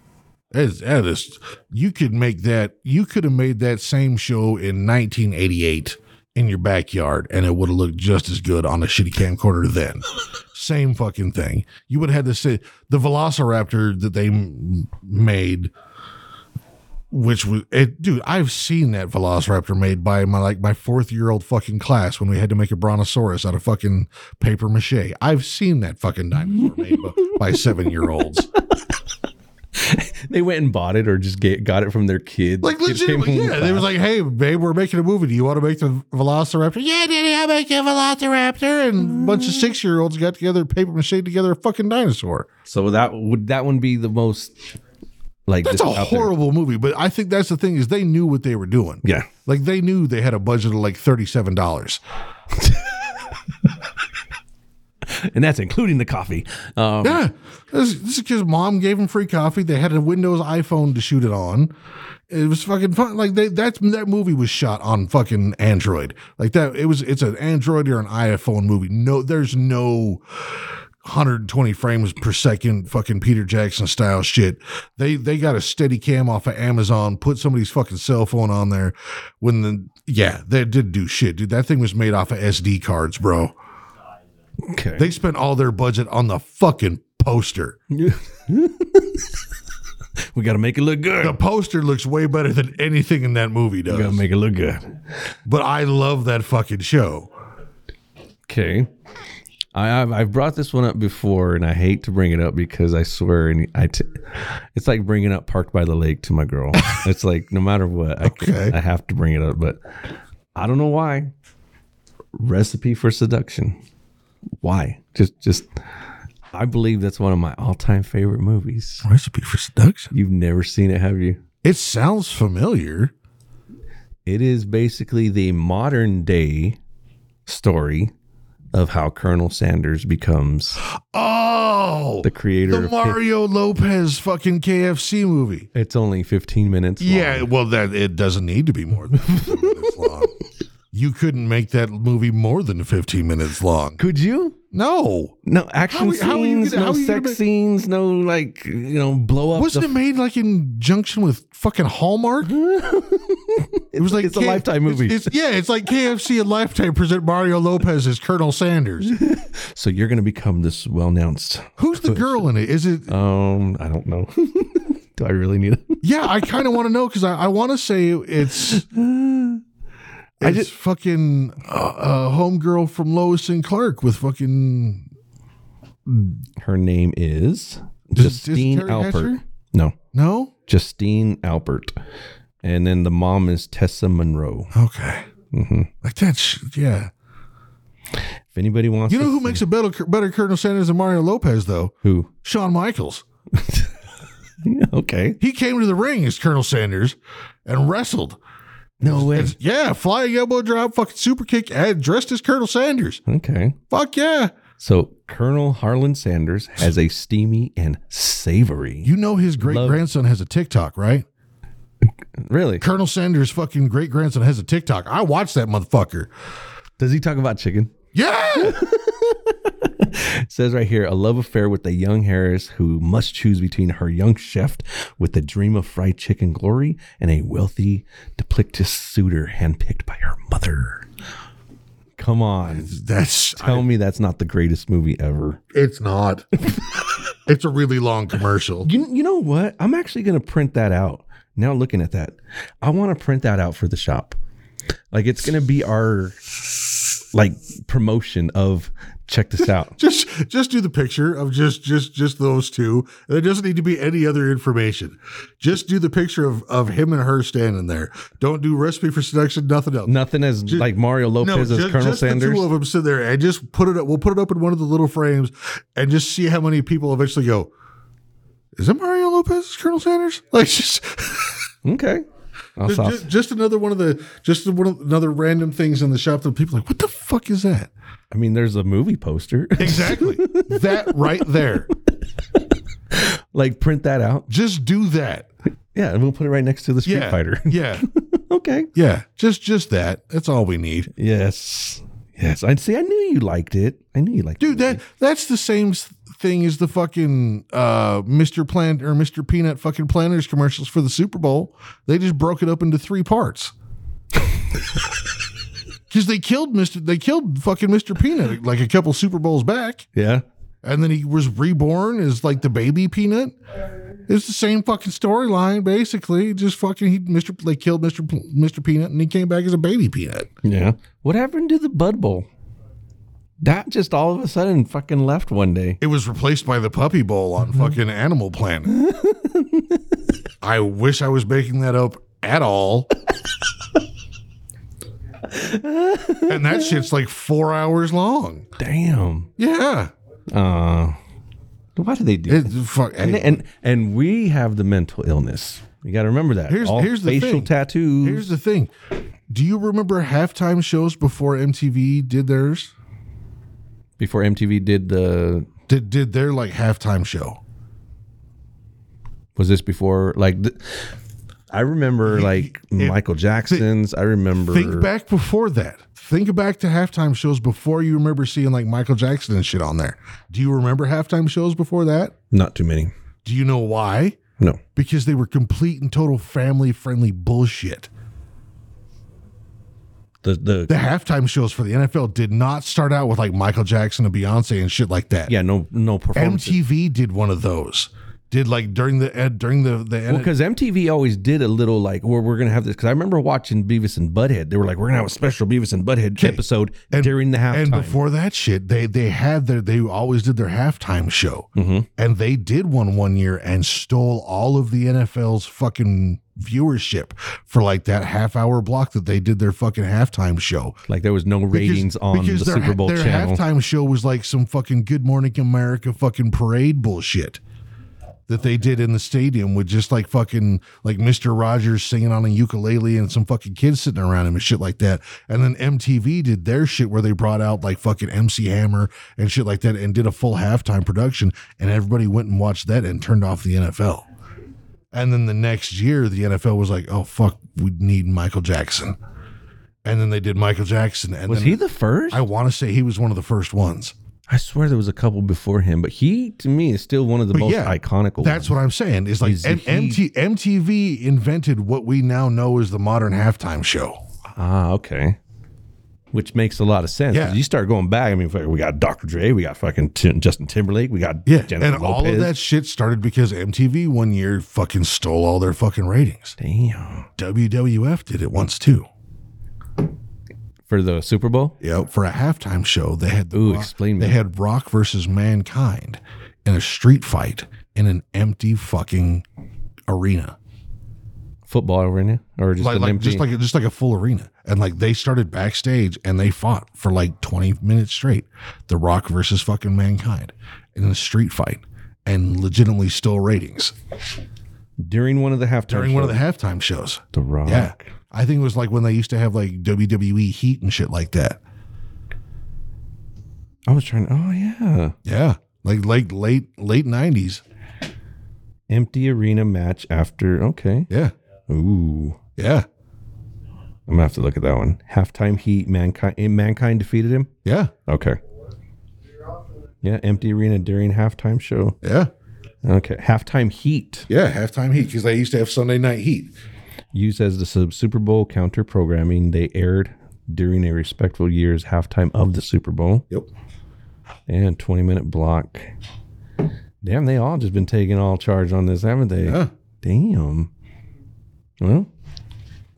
[SPEAKER 3] It's, that is, you could make that, you could have made that same show in 1988 in your backyard and it would have looked just as good on a shitty camcorder then. same fucking thing. You would have had to say the Velociraptor that they m- made. Which was it, dude? I've seen that Velociraptor made by my like my fourth year old fucking class when we had to make a Brontosaurus out of fucking paper mache. I've seen that fucking dinosaur made by, by seven year olds.
[SPEAKER 4] They went and bought it or just get, got it from their kids.
[SPEAKER 3] Like
[SPEAKER 4] Kids came
[SPEAKER 3] legitimately,
[SPEAKER 4] home
[SPEAKER 3] yeah.
[SPEAKER 4] from
[SPEAKER 3] They
[SPEAKER 4] class.
[SPEAKER 3] was like, "Hey, babe, we're making a movie. Do you want to make the Velociraptor?" Yeah, Daddy, I'll make a Velociraptor. And a bunch of six year olds got together, paper mache together, a fucking dinosaur.
[SPEAKER 4] so that would that one be the most, like,
[SPEAKER 3] That's
[SPEAKER 4] just
[SPEAKER 3] a
[SPEAKER 4] out there?
[SPEAKER 3] horrible movie. But I think that's the thing is they knew what they were doing.
[SPEAKER 4] Yeah.
[SPEAKER 3] Like they knew they had a budget of like thirty seven dollars.
[SPEAKER 4] And that's including the coffee. Um,
[SPEAKER 3] Yeah, this, this is because mom gave them free coffee. They had a Windows iPhone to shoot it on. It was fucking fun. Like they, that's that movie was shot on fucking Android. Like that, it was. It's an Android or an iPhone movie. No, there's no 120 frames per second fucking Peter Jackson style shit. They they got a steady cam off of Amazon, put somebody's fucking cell phone on there when the yeah, they did do shit, dude. That thing was made off of SD cards, bro.
[SPEAKER 4] Okay.
[SPEAKER 3] They spent all their budget on the fucking poster.
[SPEAKER 4] we got to make it look good.
[SPEAKER 3] The poster looks way better than anything in that movie
[SPEAKER 4] We got
[SPEAKER 3] does.
[SPEAKER 4] to make it look good.
[SPEAKER 3] but I love that fucking show.
[SPEAKER 4] Okay. I, I've, I've brought this one up before, and I hate to bring it up because I swear, and I, t- it's like bringing up "Parked by the Lake" to my girl. it's like no matter what, I, c-
[SPEAKER 3] Okay.
[SPEAKER 4] I have to bring it up, but I don't know why. Recipe for Seduction. Why? Just, just. I believe that's one of my all-time favorite movies.
[SPEAKER 7] Recipe for seduction.
[SPEAKER 4] You've never seen it, have you?
[SPEAKER 3] It sounds familiar.
[SPEAKER 4] It is basically the modern day story of how Colonel Sanders becomes
[SPEAKER 3] Oh,
[SPEAKER 4] the creator
[SPEAKER 3] the
[SPEAKER 4] of
[SPEAKER 3] Mario Lopez fucking KFC movie.
[SPEAKER 4] It's only 15 minutes. long.
[SPEAKER 3] Yeah, well, that it doesn't need to be more than 15 minutes long. You couldn't make that movie more than 15 minutes long.
[SPEAKER 4] Could you?
[SPEAKER 3] No.
[SPEAKER 4] No action
[SPEAKER 3] How- how are you
[SPEAKER 4] scenes,
[SPEAKER 3] gonna- how
[SPEAKER 4] no
[SPEAKER 3] are you
[SPEAKER 4] sex
[SPEAKER 3] gonna make-
[SPEAKER 4] scenes, no like, you know, blow up.
[SPEAKER 3] Wasn't
[SPEAKER 4] the- Hmm?
[SPEAKER 3] it made like in junction with fucking Hallmark? It was like
[SPEAKER 4] it's a Lifetime movie.
[SPEAKER 3] It's, it's- yeah, it's like KFC and Lifetime present Mario Lopez as Colonel Sanders.
[SPEAKER 4] so you're going to become this well announced.
[SPEAKER 3] Who's the girl in it? Is it?
[SPEAKER 4] Um, I don't know. Do I really need it?
[SPEAKER 3] Yeah, I kind of want to know because I, I want to say it's.
[SPEAKER 4] I
[SPEAKER 3] It's
[SPEAKER 4] just-
[SPEAKER 3] fucking uh, uh, homegirl from Lois and Clark with fucking
[SPEAKER 4] Her name is
[SPEAKER 3] Does- does
[SPEAKER 4] Justine
[SPEAKER 3] Terry
[SPEAKER 4] Alpert.
[SPEAKER 3] Hatcher?
[SPEAKER 4] No,
[SPEAKER 3] no.
[SPEAKER 4] Justine Alpert. And then the mom is Tessa Monroe.
[SPEAKER 3] Okay.
[SPEAKER 4] Mhm.
[SPEAKER 3] Like that, sh- yeah.
[SPEAKER 4] If anybody wants
[SPEAKER 3] You know
[SPEAKER 4] to
[SPEAKER 3] who
[SPEAKER 4] see-
[SPEAKER 3] makes a better, better Colonel Sanders than Mario Lopez, though?
[SPEAKER 4] who?
[SPEAKER 3] Shawn Michaels.
[SPEAKER 4] Okay.
[SPEAKER 3] He came to the ring as Colonel Sanders and wrestled.
[SPEAKER 4] No way.
[SPEAKER 3] And yeah, flying elbow drop, fucking super kick, and dressed as Colonel Sanders.
[SPEAKER 4] Okay.
[SPEAKER 3] Fuck yeah.
[SPEAKER 4] So Colonel Harlan Sanders has a steamy and savory.
[SPEAKER 3] You know his great
[SPEAKER 4] Love-
[SPEAKER 3] grandson has a TikTok, right?
[SPEAKER 4] really?
[SPEAKER 3] Colonel Sanders' fucking great grandson has a TikTok. I watched that motherfucker.
[SPEAKER 4] Does he talk about chicken?
[SPEAKER 3] Yeah.
[SPEAKER 4] It says right here a love affair with a young Harris who must choose between her young chef with the dream of fried chicken glory and a wealthy, duplicitous suitor handpicked by her mother. Come on.
[SPEAKER 3] That's,
[SPEAKER 4] Tell me that's not the greatest movie ever.
[SPEAKER 3] it's not. it's a really long commercial.
[SPEAKER 4] You, you know what? I'm actually going to print that out. Now looking at that, I want to print that out for the shop. Like it's going to be our like promotion of check this out.
[SPEAKER 3] just just do the picture of just just just those two. There doesn't need to be any other information. Just do the picture of of him and her standing there. Don't do recipe for seduction, nothing else.
[SPEAKER 4] Nothing as like Mario
[SPEAKER 3] No,
[SPEAKER 4] Lopez
[SPEAKER 3] ju-
[SPEAKER 4] as
[SPEAKER 3] just,
[SPEAKER 4] Colonel
[SPEAKER 3] the
[SPEAKER 4] Sanders.
[SPEAKER 3] two of them sit there and just put it up. We'll put it up in one of the little frames and just see how many people eventually go, Is it Mario Lopez, Colonel Sanders? Like just
[SPEAKER 4] Okay. I'll
[SPEAKER 3] just,
[SPEAKER 4] stop.
[SPEAKER 3] just, just another one of the just one of another random things in the shop that people are like, what the fuck is that?
[SPEAKER 4] I mean, there's a movie poster.
[SPEAKER 3] Exactly. that right there.
[SPEAKER 4] like, print that out.
[SPEAKER 3] Just do that.
[SPEAKER 4] Yeah, and we'll put it right next to the Street
[SPEAKER 3] yeah.
[SPEAKER 4] Fighter.
[SPEAKER 3] yeah.
[SPEAKER 4] okay.
[SPEAKER 3] Yeah. Just just that. That's all we need.
[SPEAKER 4] Yes. Yes. I see. I knew you liked it. I knew you liked
[SPEAKER 3] Dude,
[SPEAKER 4] it.
[SPEAKER 3] that that's the same s- thing as the fucking uh Mr. Plant or Mr. Peanut fucking planners commercials for the Super Bowl. They just broke it up into three parts. Cause they killed Mr. They killed fucking Mr. Peanut like a couple Super Bowls back.
[SPEAKER 4] Yeah.
[SPEAKER 3] And then he was reborn as like the baby peanut. It's the same fucking storyline, basically. Just fucking he Mr. They killed Mr. P- Mr. Peanut and he came back as a baby peanut.
[SPEAKER 4] Yeah. What happened to the Bud Bowl? That just all of a sudden fucking left one day.
[SPEAKER 3] It was replaced by the Puppy Bowl on fucking Animal Planet. I wish I was making that up at all. and that shit's like four hours long.
[SPEAKER 4] Damn.
[SPEAKER 3] Yeah.
[SPEAKER 4] Uh, why do they do
[SPEAKER 3] It,
[SPEAKER 4] that?
[SPEAKER 3] fuck,
[SPEAKER 4] And,
[SPEAKER 3] hey,
[SPEAKER 4] and and we have the mental illness. You got to remember that.
[SPEAKER 3] Here's-
[SPEAKER 4] all
[SPEAKER 3] here's the
[SPEAKER 4] facial
[SPEAKER 3] thing.
[SPEAKER 4] tattoos.
[SPEAKER 3] here's the thing. Do you remember halftime shows before MTV did theirs?
[SPEAKER 4] Before MTV did the
[SPEAKER 3] Did did their like halftime show?
[SPEAKER 4] was this before like th- I remember like
[SPEAKER 3] it-
[SPEAKER 4] Michael Jackson's. I remember
[SPEAKER 3] Think back before that. Think back to halftime shows before you remember seeing like Michael Jackson and shit on there. Do you remember halftime shows before that?
[SPEAKER 4] not too many.
[SPEAKER 3] Do you know why?
[SPEAKER 4] No.
[SPEAKER 3] Because they were complete and total family friendly bullshit.
[SPEAKER 4] The the,
[SPEAKER 3] The halftime shows for the NFL did not start out with like Michael Jackson and Beyonce and shit like that.
[SPEAKER 4] yeah, no no performance.
[SPEAKER 3] MTV did one of those. Did like during the uh, during the the
[SPEAKER 4] Well, because MTV always did a little like, well, we're gonna have this. Because I remember watching Beavis and Butthead. They were like, we're gonna have a special Beavis and Butthead episode during the halftime.
[SPEAKER 3] and before that shit, they they had their they always did their halftime show, and they did one one year and stole all of the NFL's fucking viewership for like that half hour block that they did their fucking halftime show.
[SPEAKER 4] like there was no
[SPEAKER 3] Because-
[SPEAKER 4] ratings on the
[SPEAKER 3] because their,
[SPEAKER 4] Super Bowl
[SPEAKER 3] their
[SPEAKER 4] channel.
[SPEAKER 3] halftime show was like some fucking Good Morning America fucking parade bullshit that they did in the stadium with just like fucking like Mr. Rogers singing on a ukulele and some fucking kids sitting around him and shit like that. And then MTV did their shit where they brought out like fucking MC Hammer and shit like that and did a full halftime production and everybody went and watched that and turned off the NFL. And then the next year the NFL was like, "Oh fuck, we need Michael Jackson." And then they did Michael Jackson and
[SPEAKER 4] Was
[SPEAKER 3] then,
[SPEAKER 4] he the first?
[SPEAKER 3] I
[SPEAKER 4] I,
[SPEAKER 3] want to say he was one of the first ones.
[SPEAKER 4] swear there was a couple before him, but he to me is still one of the
[SPEAKER 3] But
[SPEAKER 4] most
[SPEAKER 3] yeah,
[SPEAKER 4] iconic.
[SPEAKER 3] That's what I'm saying. Is like
[SPEAKER 4] Is
[SPEAKER 3] M-
[SPEAKER 4] he-
[SPEAKER 3] MT- MTV invented what we now know as the modern halftime show.
[SPEAKER 4] Ah, okay. Which makes a lot of sense.
[SPEAKER 3] Yeah.
[SPEAKER 4] You start going back. I mean, fuck, we got Dr. Dre, we got fucking Tim, Justin Timberlake, we got
[SPEAKER 3] Yeah,
[SPEAKER 4] Jennifer
[SPEAKER 3] and all of
[SPEAKER 4] Lopez.
[SPEAKER 3] that shit started because MTV one year fucking stole all their fucking ratings.
[SPEAKER 4] Damn.
[SPEAKER 3] WWF did it once too.
[SPEAKER 4] For the Super Bowl,
[SPEAKER 3] Yep, for a halftime show they had the
[SPEAKER 4] Ooh,
[SPEAKER 3] Rock-
[SPEAKER 4] explain me.
[SPEAKER 3] they had Rock versus Mankind in a street fight in an empty fucking arena.
[SPEAKER 4] football arena, or just
[SPEAKER 3] like,
[SPEAKER 4] an
[SPEAKER 3] like
[SPEAKER 4] empty.
[SPEAKER 3] just like a- just like a full arena, and like they started backstage and they fought for like twenty minutes straight, The Rock versus fucking Mankind, in a street fight, and legitimately stole ratings
[SPEAKER 4] during one of the halftime.
[SPEAKER 3] during one of the
[SPEAKER 4] shows.
[SPEAKER 3] halftime shows.
[SPEAKER 4] The Rock.
[SPEAKER 3] Yeah, I think it was like when they used to have like WWE Heat and shit like that.
[SPEAKER 4] I was trying. Oh yeah,
[SPEAKER 3] Yeah, like like late late nineties.
[SPEAKER 4] empty arena match after. Okay.
[SPEAKER 3] Yeah,
[SPEAKER 4] Ooh,
[SPEAKER 3] yeah,
[SPEAKER 4] I'm gonna have to look at that one. Halftime Heat. Mankind. eh, Mankind defeated him.
[SPEAKER 3] yeah,
[SPEAKER 4] Okay. Yeah, empty arena during halftime show.
[SPEAKER 3] yeah,
[SPEAKER 4] Okay, halftime Heat.
[SPEAKER 3] yeah. Halftime Heat because they used to have Sunday Night Heat.
[SPEAKER 4] used as the sub- Super Bowl counter programming they aired during a respectful year's halftime of the Super Bowl
[SPEAKER 3] Yep.
[SPEAKER 4] and 20 minute block. Damn, they all just been taking all charge on this, haven't they?
[SPEAKER 3] Yeah.
[SPEAKER 4] Damn. Well,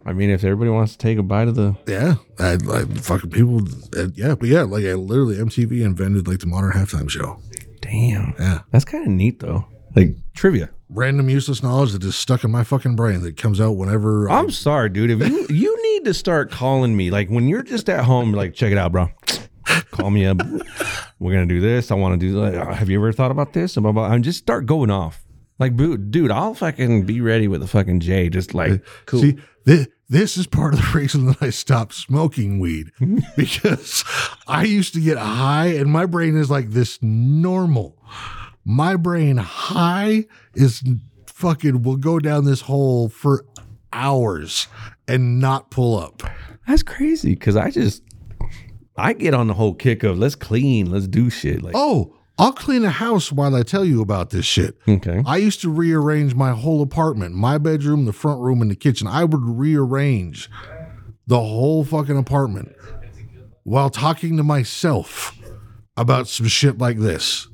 [SPEAKER 4] I mean, if everybody wants to take a bite of the
[SPEAKER 3] Yeah, I, I fucking people. uh, yeah, but yeah, like I literally MTV invented like the modern halftime show.
[SPEAKER 4] damn,
[SPEAKER 3] Yeah,
[SPEAKER 4] that's kind of neat though. Like trivia.
[SPEAKER 3] random useless knowledge that is stuck in my fucking brain that comes out whenever. I,
[SPEAKER 4] I'm sorry, dude. If you you need to start calling me, like when you're just at home, like check it out, bro. Call me up. We're gonna do this. I want to do. That. Uh, Have you ever thought about this? And blah, blah. I'm just start going off. Like, boo- dude, I'll fucking be ready with a fucking J. Just like, cool.
[SPEAKER 3] see thi- this is part of the reason that I stopped smoking weed because I used to get high and my brain is like this normal. My brain high is fucking will go down this hole for hours and not pull up.
[SPEAKER 4] That's crazy because I just, I get on the whole kick of let's clean, let's do shit. Like,
[SPEAKER 3] Oh, I'll clean a house while I tell you about this shit.
[SPEAKER 4] okay,
[SPEAKER 3] I used to rearrange my whole apartment, my bedroom, the front room, and the kitchen. I would rearrange the whole fucking apartment while talking to myself about some shit like this.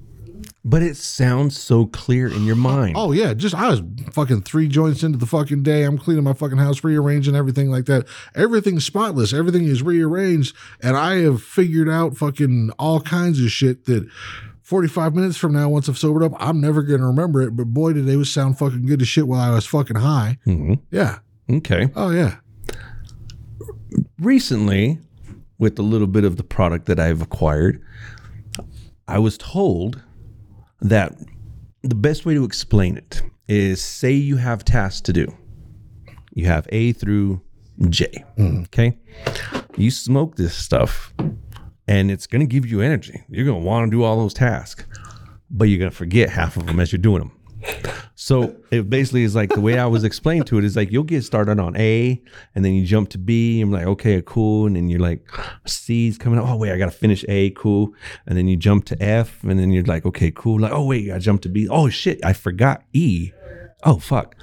[SPEAKER 4] but it sounds so clear in your mind.
[SPEAKER 3] Oh yeah, just I was fucking three joints into the fucking day. I'm cleaning my fucking house, rearranging everything like that. Everything's spotless. Everything is rearranged, and I have figured out fucking all kinds of shit that. 45 minutes from now, once I've sobered up, I'm never going to remember it. But boy, did they was sound fucking good as shit while I was fucking high.
[SPEAKER 4] Mhm.
[SPEAKER 3] Yeah.
[SPEAKER 4] Okay.
[SPEAKER 3] Oh, yeah.
[SPEAKER 4] recently with a little bit of the product that I've acquired, I was told that the best way to explain it is say you have tasks to do. You have A through J. Okay. You smoke this stuff and it's going to give you energy. You're going to want to do all those tasks, but you're going to forget half of them as you're doing them. So it basically is like the way I was explained to it is like you'll get started on A and then you jump to B. I'm like, okay, cool. And then you're like, C's coming up. Oh, wait, I got to finish A, cool. And then you jump to F and then you're like, okay, cool. Like, oh, wait, I jumped to B. Oh, shit, I forgot E. Oh, fuck.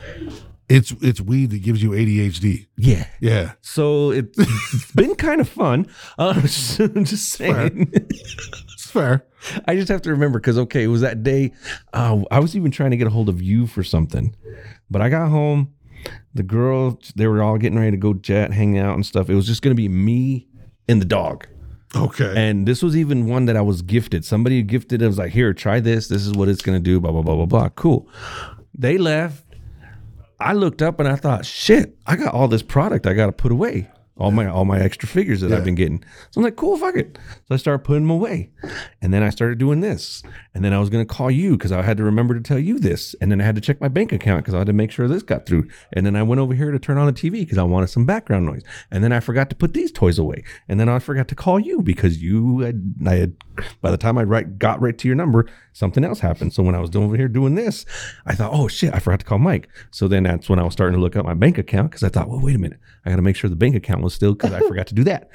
[SPEAKER 3] It's it's weed that gives you ADHD.
[SPEAKER 4] Yeah.
[SPEAKER 3] Yeah.
[SPEAKER 4] So it, it's been kind of fun. Uh, so I'm just saying.
[SPEAKER 3] It's fair.
[SPEAKER 4] I just have to remember because okay, it was that day. Uh, I was even trying to get a hold of you for something, but I got home. The girl, they were all getting ready to go jet, hang out, and stuff. It was just gonna be me and the dog.
[SPEAKER 3] Okay.
[SPEAKER 4] And this was even one that I was gifted. Somebody gifted. It was like, here, try this. This is what it's gonna do. Blah blah blah blah blah. Cool. They left. I looked up and I thought, shit, I got all this product I gotta put away. All my all my extra figures that I've been getting. So I'm like, cool, fuck it. So I started putting them away. And then I started doing this. And then I was gonna call you because I had to remember to tell you this. And then I had to check my bank account because I had to make sure this got through. And then I went over here to turn on the TV because I wanted some background noise. And then I forgot to put these toys away. And then I forgot to call you because you had, I had by the time I right got right to your number, something else happened. So when I was doing over here doing this, I thought, oh shit, I forgot to call Mike. So then that's when I was starting to look up my bank account because I thought, well, wait a minute, I got to make sure the bank account was still because I forgot to do that.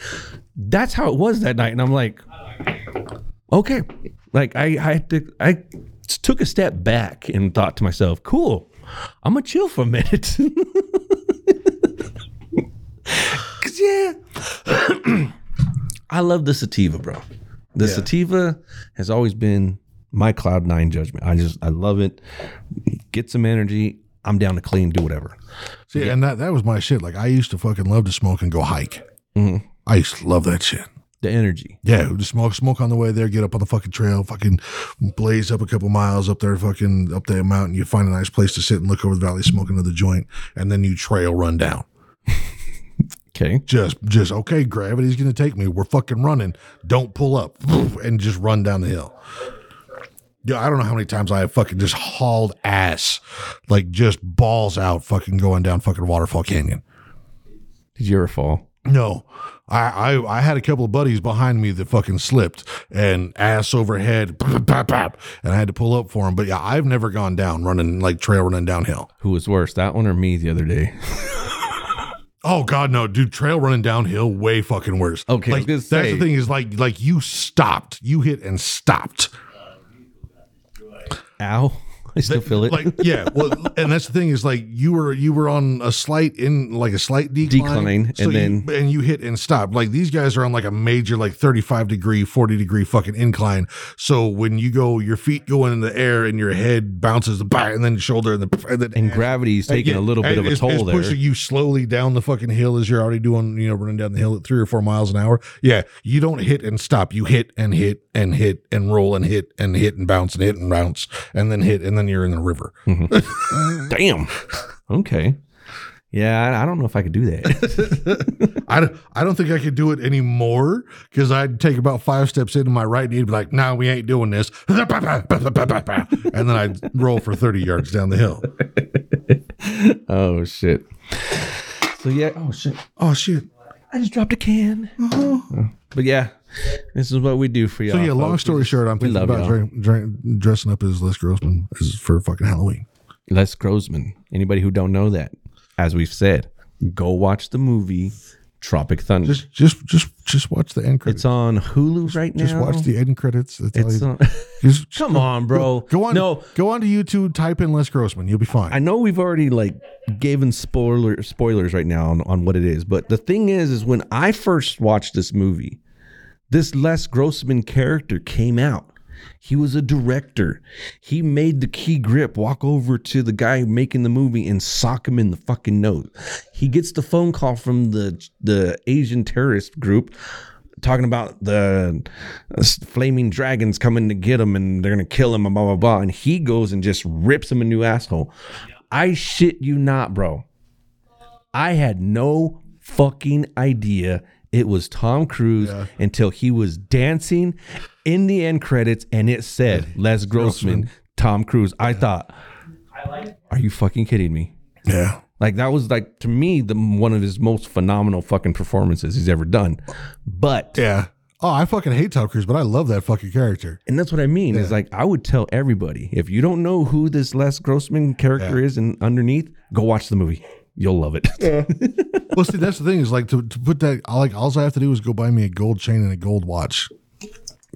[SPEAKER 4] That's how it was that night, and I'm like, okay, like I I had to, I took a step back and thought to myself, cool, I'm gonna chill for a minute. Cause yeah, I love the sativa, bro. The sativa has always been my cloud nine judgment. I just I love it. Get some energy. I'm down to clean, do whatever.
[SPEAKER 3] See, and that, that was my shit. Like I used to fucking love to smoke and go hike. I used to love that shit.
[SPEAKER 4] The energy.
[SPEAKER 3] Yeah, just smoke smoke on the way there, get up on the fucking trail, fucking blaze up a couple miles up there, fucking up that mountain. You find a nice place to sit and look over the valley, smoke another joint, and then you trail run down.
[SPEAKER 4] Okay.
[SPEAKER 3] Just just okay, gravity's gonna take me. We're fucking running. Don't pull up and just run down the hill. Yeah, I don't know how many times I have fucking just hauled ass, like just balls out, fucking going down fucking waterfall canyon.
[SPEAKER 4] Did you ever fall?
[SPEAKER 3] No, I, I I had a couple of buddies behind me that fucking slipped and ass overhead, pop, pop, pop, and I had to pull up for them. But yeah, I've never gone down running like trail running downhill.
[SPEAKER 4] Who was worse, that one or me the other day?
[SPEAKER 3] Oh God, no, dude! Trail running downhill way fucking worse.
[SPEAKER 4] Okay, I
[SPEAKER 3] like,
[SPEAKER 4] was gonna
[SPEAKER 3] that's
[SPEAKER 4] say.
[SPEAKER 3] the thing is like like you stopped, you hit and stopped.
[SPEAKER 4] Ow. I still feel it.
[SPEAKER 3] Like yeah, well, and that's the thing is like you were you were on a slight in like a slight decline,
[SPEAKER 4] Decline, and then-
[SPEAKER 3] you, and you hit and stopped. Like these guys are on like a major like thirty five degree, forty degree fucking incline. So when you go, your feet going in the air and your head bounces back, and then your shoulder and, the, and then
[SPEAKER 4] and gravity's taking
[SPEAKER 3] Yeah,
[SPEAKER 4] a little bit
[SPEAKER 3] and
[SPEAKER 4] of a
[SPEAKER 3] it's-
[SPEAKER 4] toll
[SPEAKER 3] it's
[SPEAKER 4] there.
[SPEAKER 3] Pushing you slowly down the fucking hill as you're already doing, you know, running down the hill at three or four miles an hour. Yeah, you don't hit and stop. You hit and hit and hit and roll and hit and hit and bounce and hit and bounce and then hit and then you're in the river.
[SPEAKER 4] Damn. Okay. Yeah, I, I don't know if I could do that.
[SPEAKER 3] I don't, I don't think I could do it anymore because I'd take about five steps into my right knee and be like, "No, we ain't doing this," and then I'd roll for thirty yards down the hill.
[SPEAKER 4] oh shit. So yeah. Oh shit.
[SPEAKER 3] Oh shit!
[SPEAKER 4] I just dropped a can. Oh. But yeah, this is what we do for y'all.
[SPEAKER 3] So yeah, long
[SPEAKER 4] folks.
[SPEAKER 3] story short, I'm thinking
[SPEAKER 4] love
[SPEAKER 3] about
[SPEAKER 4] y'all.
[SPEAKER 3] dra- dra- dressing up as Les Grossman as for fucking Halloween.
[SPEAKER 4] Les Grossman. Anybody who don't know that, as we've said, go watch the movie Tropic Thunder.
[SPEAKER 3] Just, just, just, just watch the end credits.
[SPEAKER 4] it's on Hulu right now.
[SPEAKER 3] just watch the end credits. That's all
[SPEAKER 4] It's
[SPEAKER 3] you-
[SPEAKER 4] on.
[SPEAKER 3] just- just
[SPEAKER 4] Come
[SPEAKER 3] go-
[SPEAKER 4] on, bro.
[SPEAKER 3] Go on.
[SPEAKER 4] No,
[SPEAKER 3] go on to YouTube. Type in Les Grossman. You'll be fine.
[SPEAKER 4] I know we've already like given spoiler spoilers right now on, on what it is, but the thing is, is when I first watched this movie, this Les Grossman character came out. He was a director. He made the key grip walk over to the guy making the movie and sock him in the fucking nose. He gets the phone call from the the Asian terrorist group talking about the uh, s- flaming dragons coming to get him and they're gonna kill him and blah blah blah. And he goes and just rips him a new asshole. I shit you not, bro. I had no fucking idea it was Tom Cruise until he was dancing in the end credits and it said Les Grossman, Tom Cruise. I thought, are you fucking kidding me?
[SPEAKER 3] yeah.
[SPEAKER 4] Like that was like to me the one of his most phenomenal fucking performances he's ever done. But
[SPEAKER 3] Yeah. Oh, I fucking hate Tom Cruise, but I love that fucking character.
[SPEAKER 4] And that's what I mean. Is
[SPEAKER 3] Yeah.
[SPEAKER 4] like I would tell everybody if you don't know who this Les Grossman character
[SPEAKER 3] Yeah.
[SPEAKER 4] is and underneath, go watch the movie. You'll love it.
[SPEAKER 3] Well, see, that's the thing is like to, to put that. I Like, all I have to do is go buy me a gold chain and a gold watch,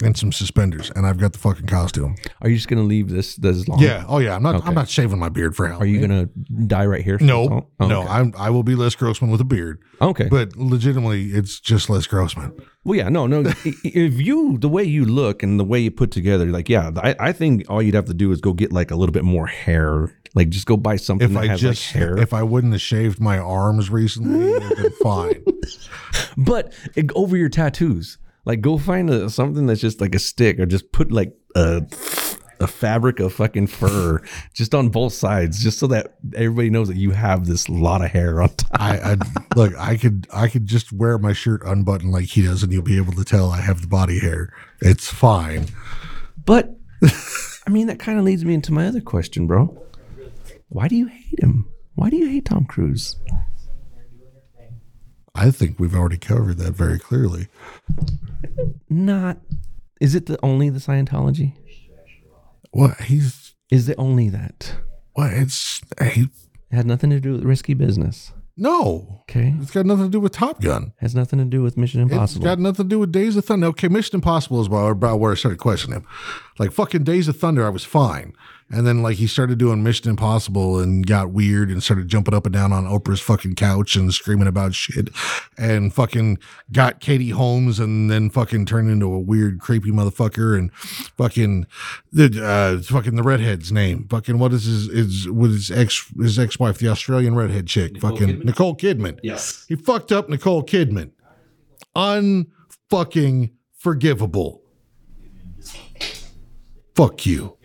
[SPEAKER 3] and some suspenders, and I've got the fucking costume.
[SPEAKER 4] Are you just gonna leave this this long?
[SPEAKER 3] Yeah. Oh yeah. I'm not.
[SPEAKER 4] Okay.
[SPEAKER 3] I'm not shaving my beard for hell.
[SPEAKER 4] Are you gonna die right here?
[SPEAKER 3] No.
[SPEAKER 4] Oh,
[SPEAKER 3] No.
[SPEAKER 4] okay.
[SPEAKER 3] I'm. I will be Les Grossman with a beard.
[SPEAKER 4] Okay.
[SPEAKER 3] But legitimately, it's just Les Grossman.
[SPEAKER 4] Well, yeah, no, no. i- i- if you the way you look and the way you put together, like, yeah, I, I think all you'd have to do is go get like a little bit more hair. Like, just go buy something
[SPEAKER 3] If
[SPEAKER 4] that
[SPEAKER 3] I
[SPEAKER 4] has
[SPEAKER 3] just,
[SPEAKER 4] like hair.
[SPEAKER 3] if I wouldn't have shaved my arms recently, it would have been fine.
[SPEAKER 4] but it, over your tattoos, like, go find a, something that's just like a stick, or just put like a a fabric of fucking fur just on both sides, just so that everybody knows that you have this lot of hair on top.
[SPEAKER 3] I, I look. I could. I could just wear my shirt unbuttoned like he does, and you'll be able to tell I have the body hair. It's fine.
[SPEAKER 4] But I mean, that kind of leads me into my other question, bro. Why do you hate him? Why do you hate Tom Cruise?
[SPEAKER 3] I think we've already covered that very clearly.
[SPEAKER 4] not is it the only the scientology
[SPEAKER 3] What he's.
[SPEAKER 4] is it only that
[SPEAKER 3] What it's. He,
[SPEAKER 4] it had nothing to do with risky business
[SPEAKER 3] no.
[SPEAKER 4] okay
[SPEAKER 3] It's got nothing to do with Top Gun.
[SPEAKER 4] has nothing to do with mission impossible
[SPEAKER 3] It's got nothing to do with Days of Thunder. Okay, Mission Impossible is about, about where I started questioning him. Like fucking Days of Thunder, I was fine, and then like he started doing Mission Impossible and got weird and started jumping up and down on Oprah's fucking couch and screaming about shit, and fucking got Katie Holmes and then fucking turned into a weird creepy motherfucker and fucking the uh, fucking the redhead's name. Fucking what is his is what is his ex his ex wife the Australian redhead chick? fucking Nicole Kidman. Yes, he fucked up Nicole Kidman unfucking forgivable. Fuck you.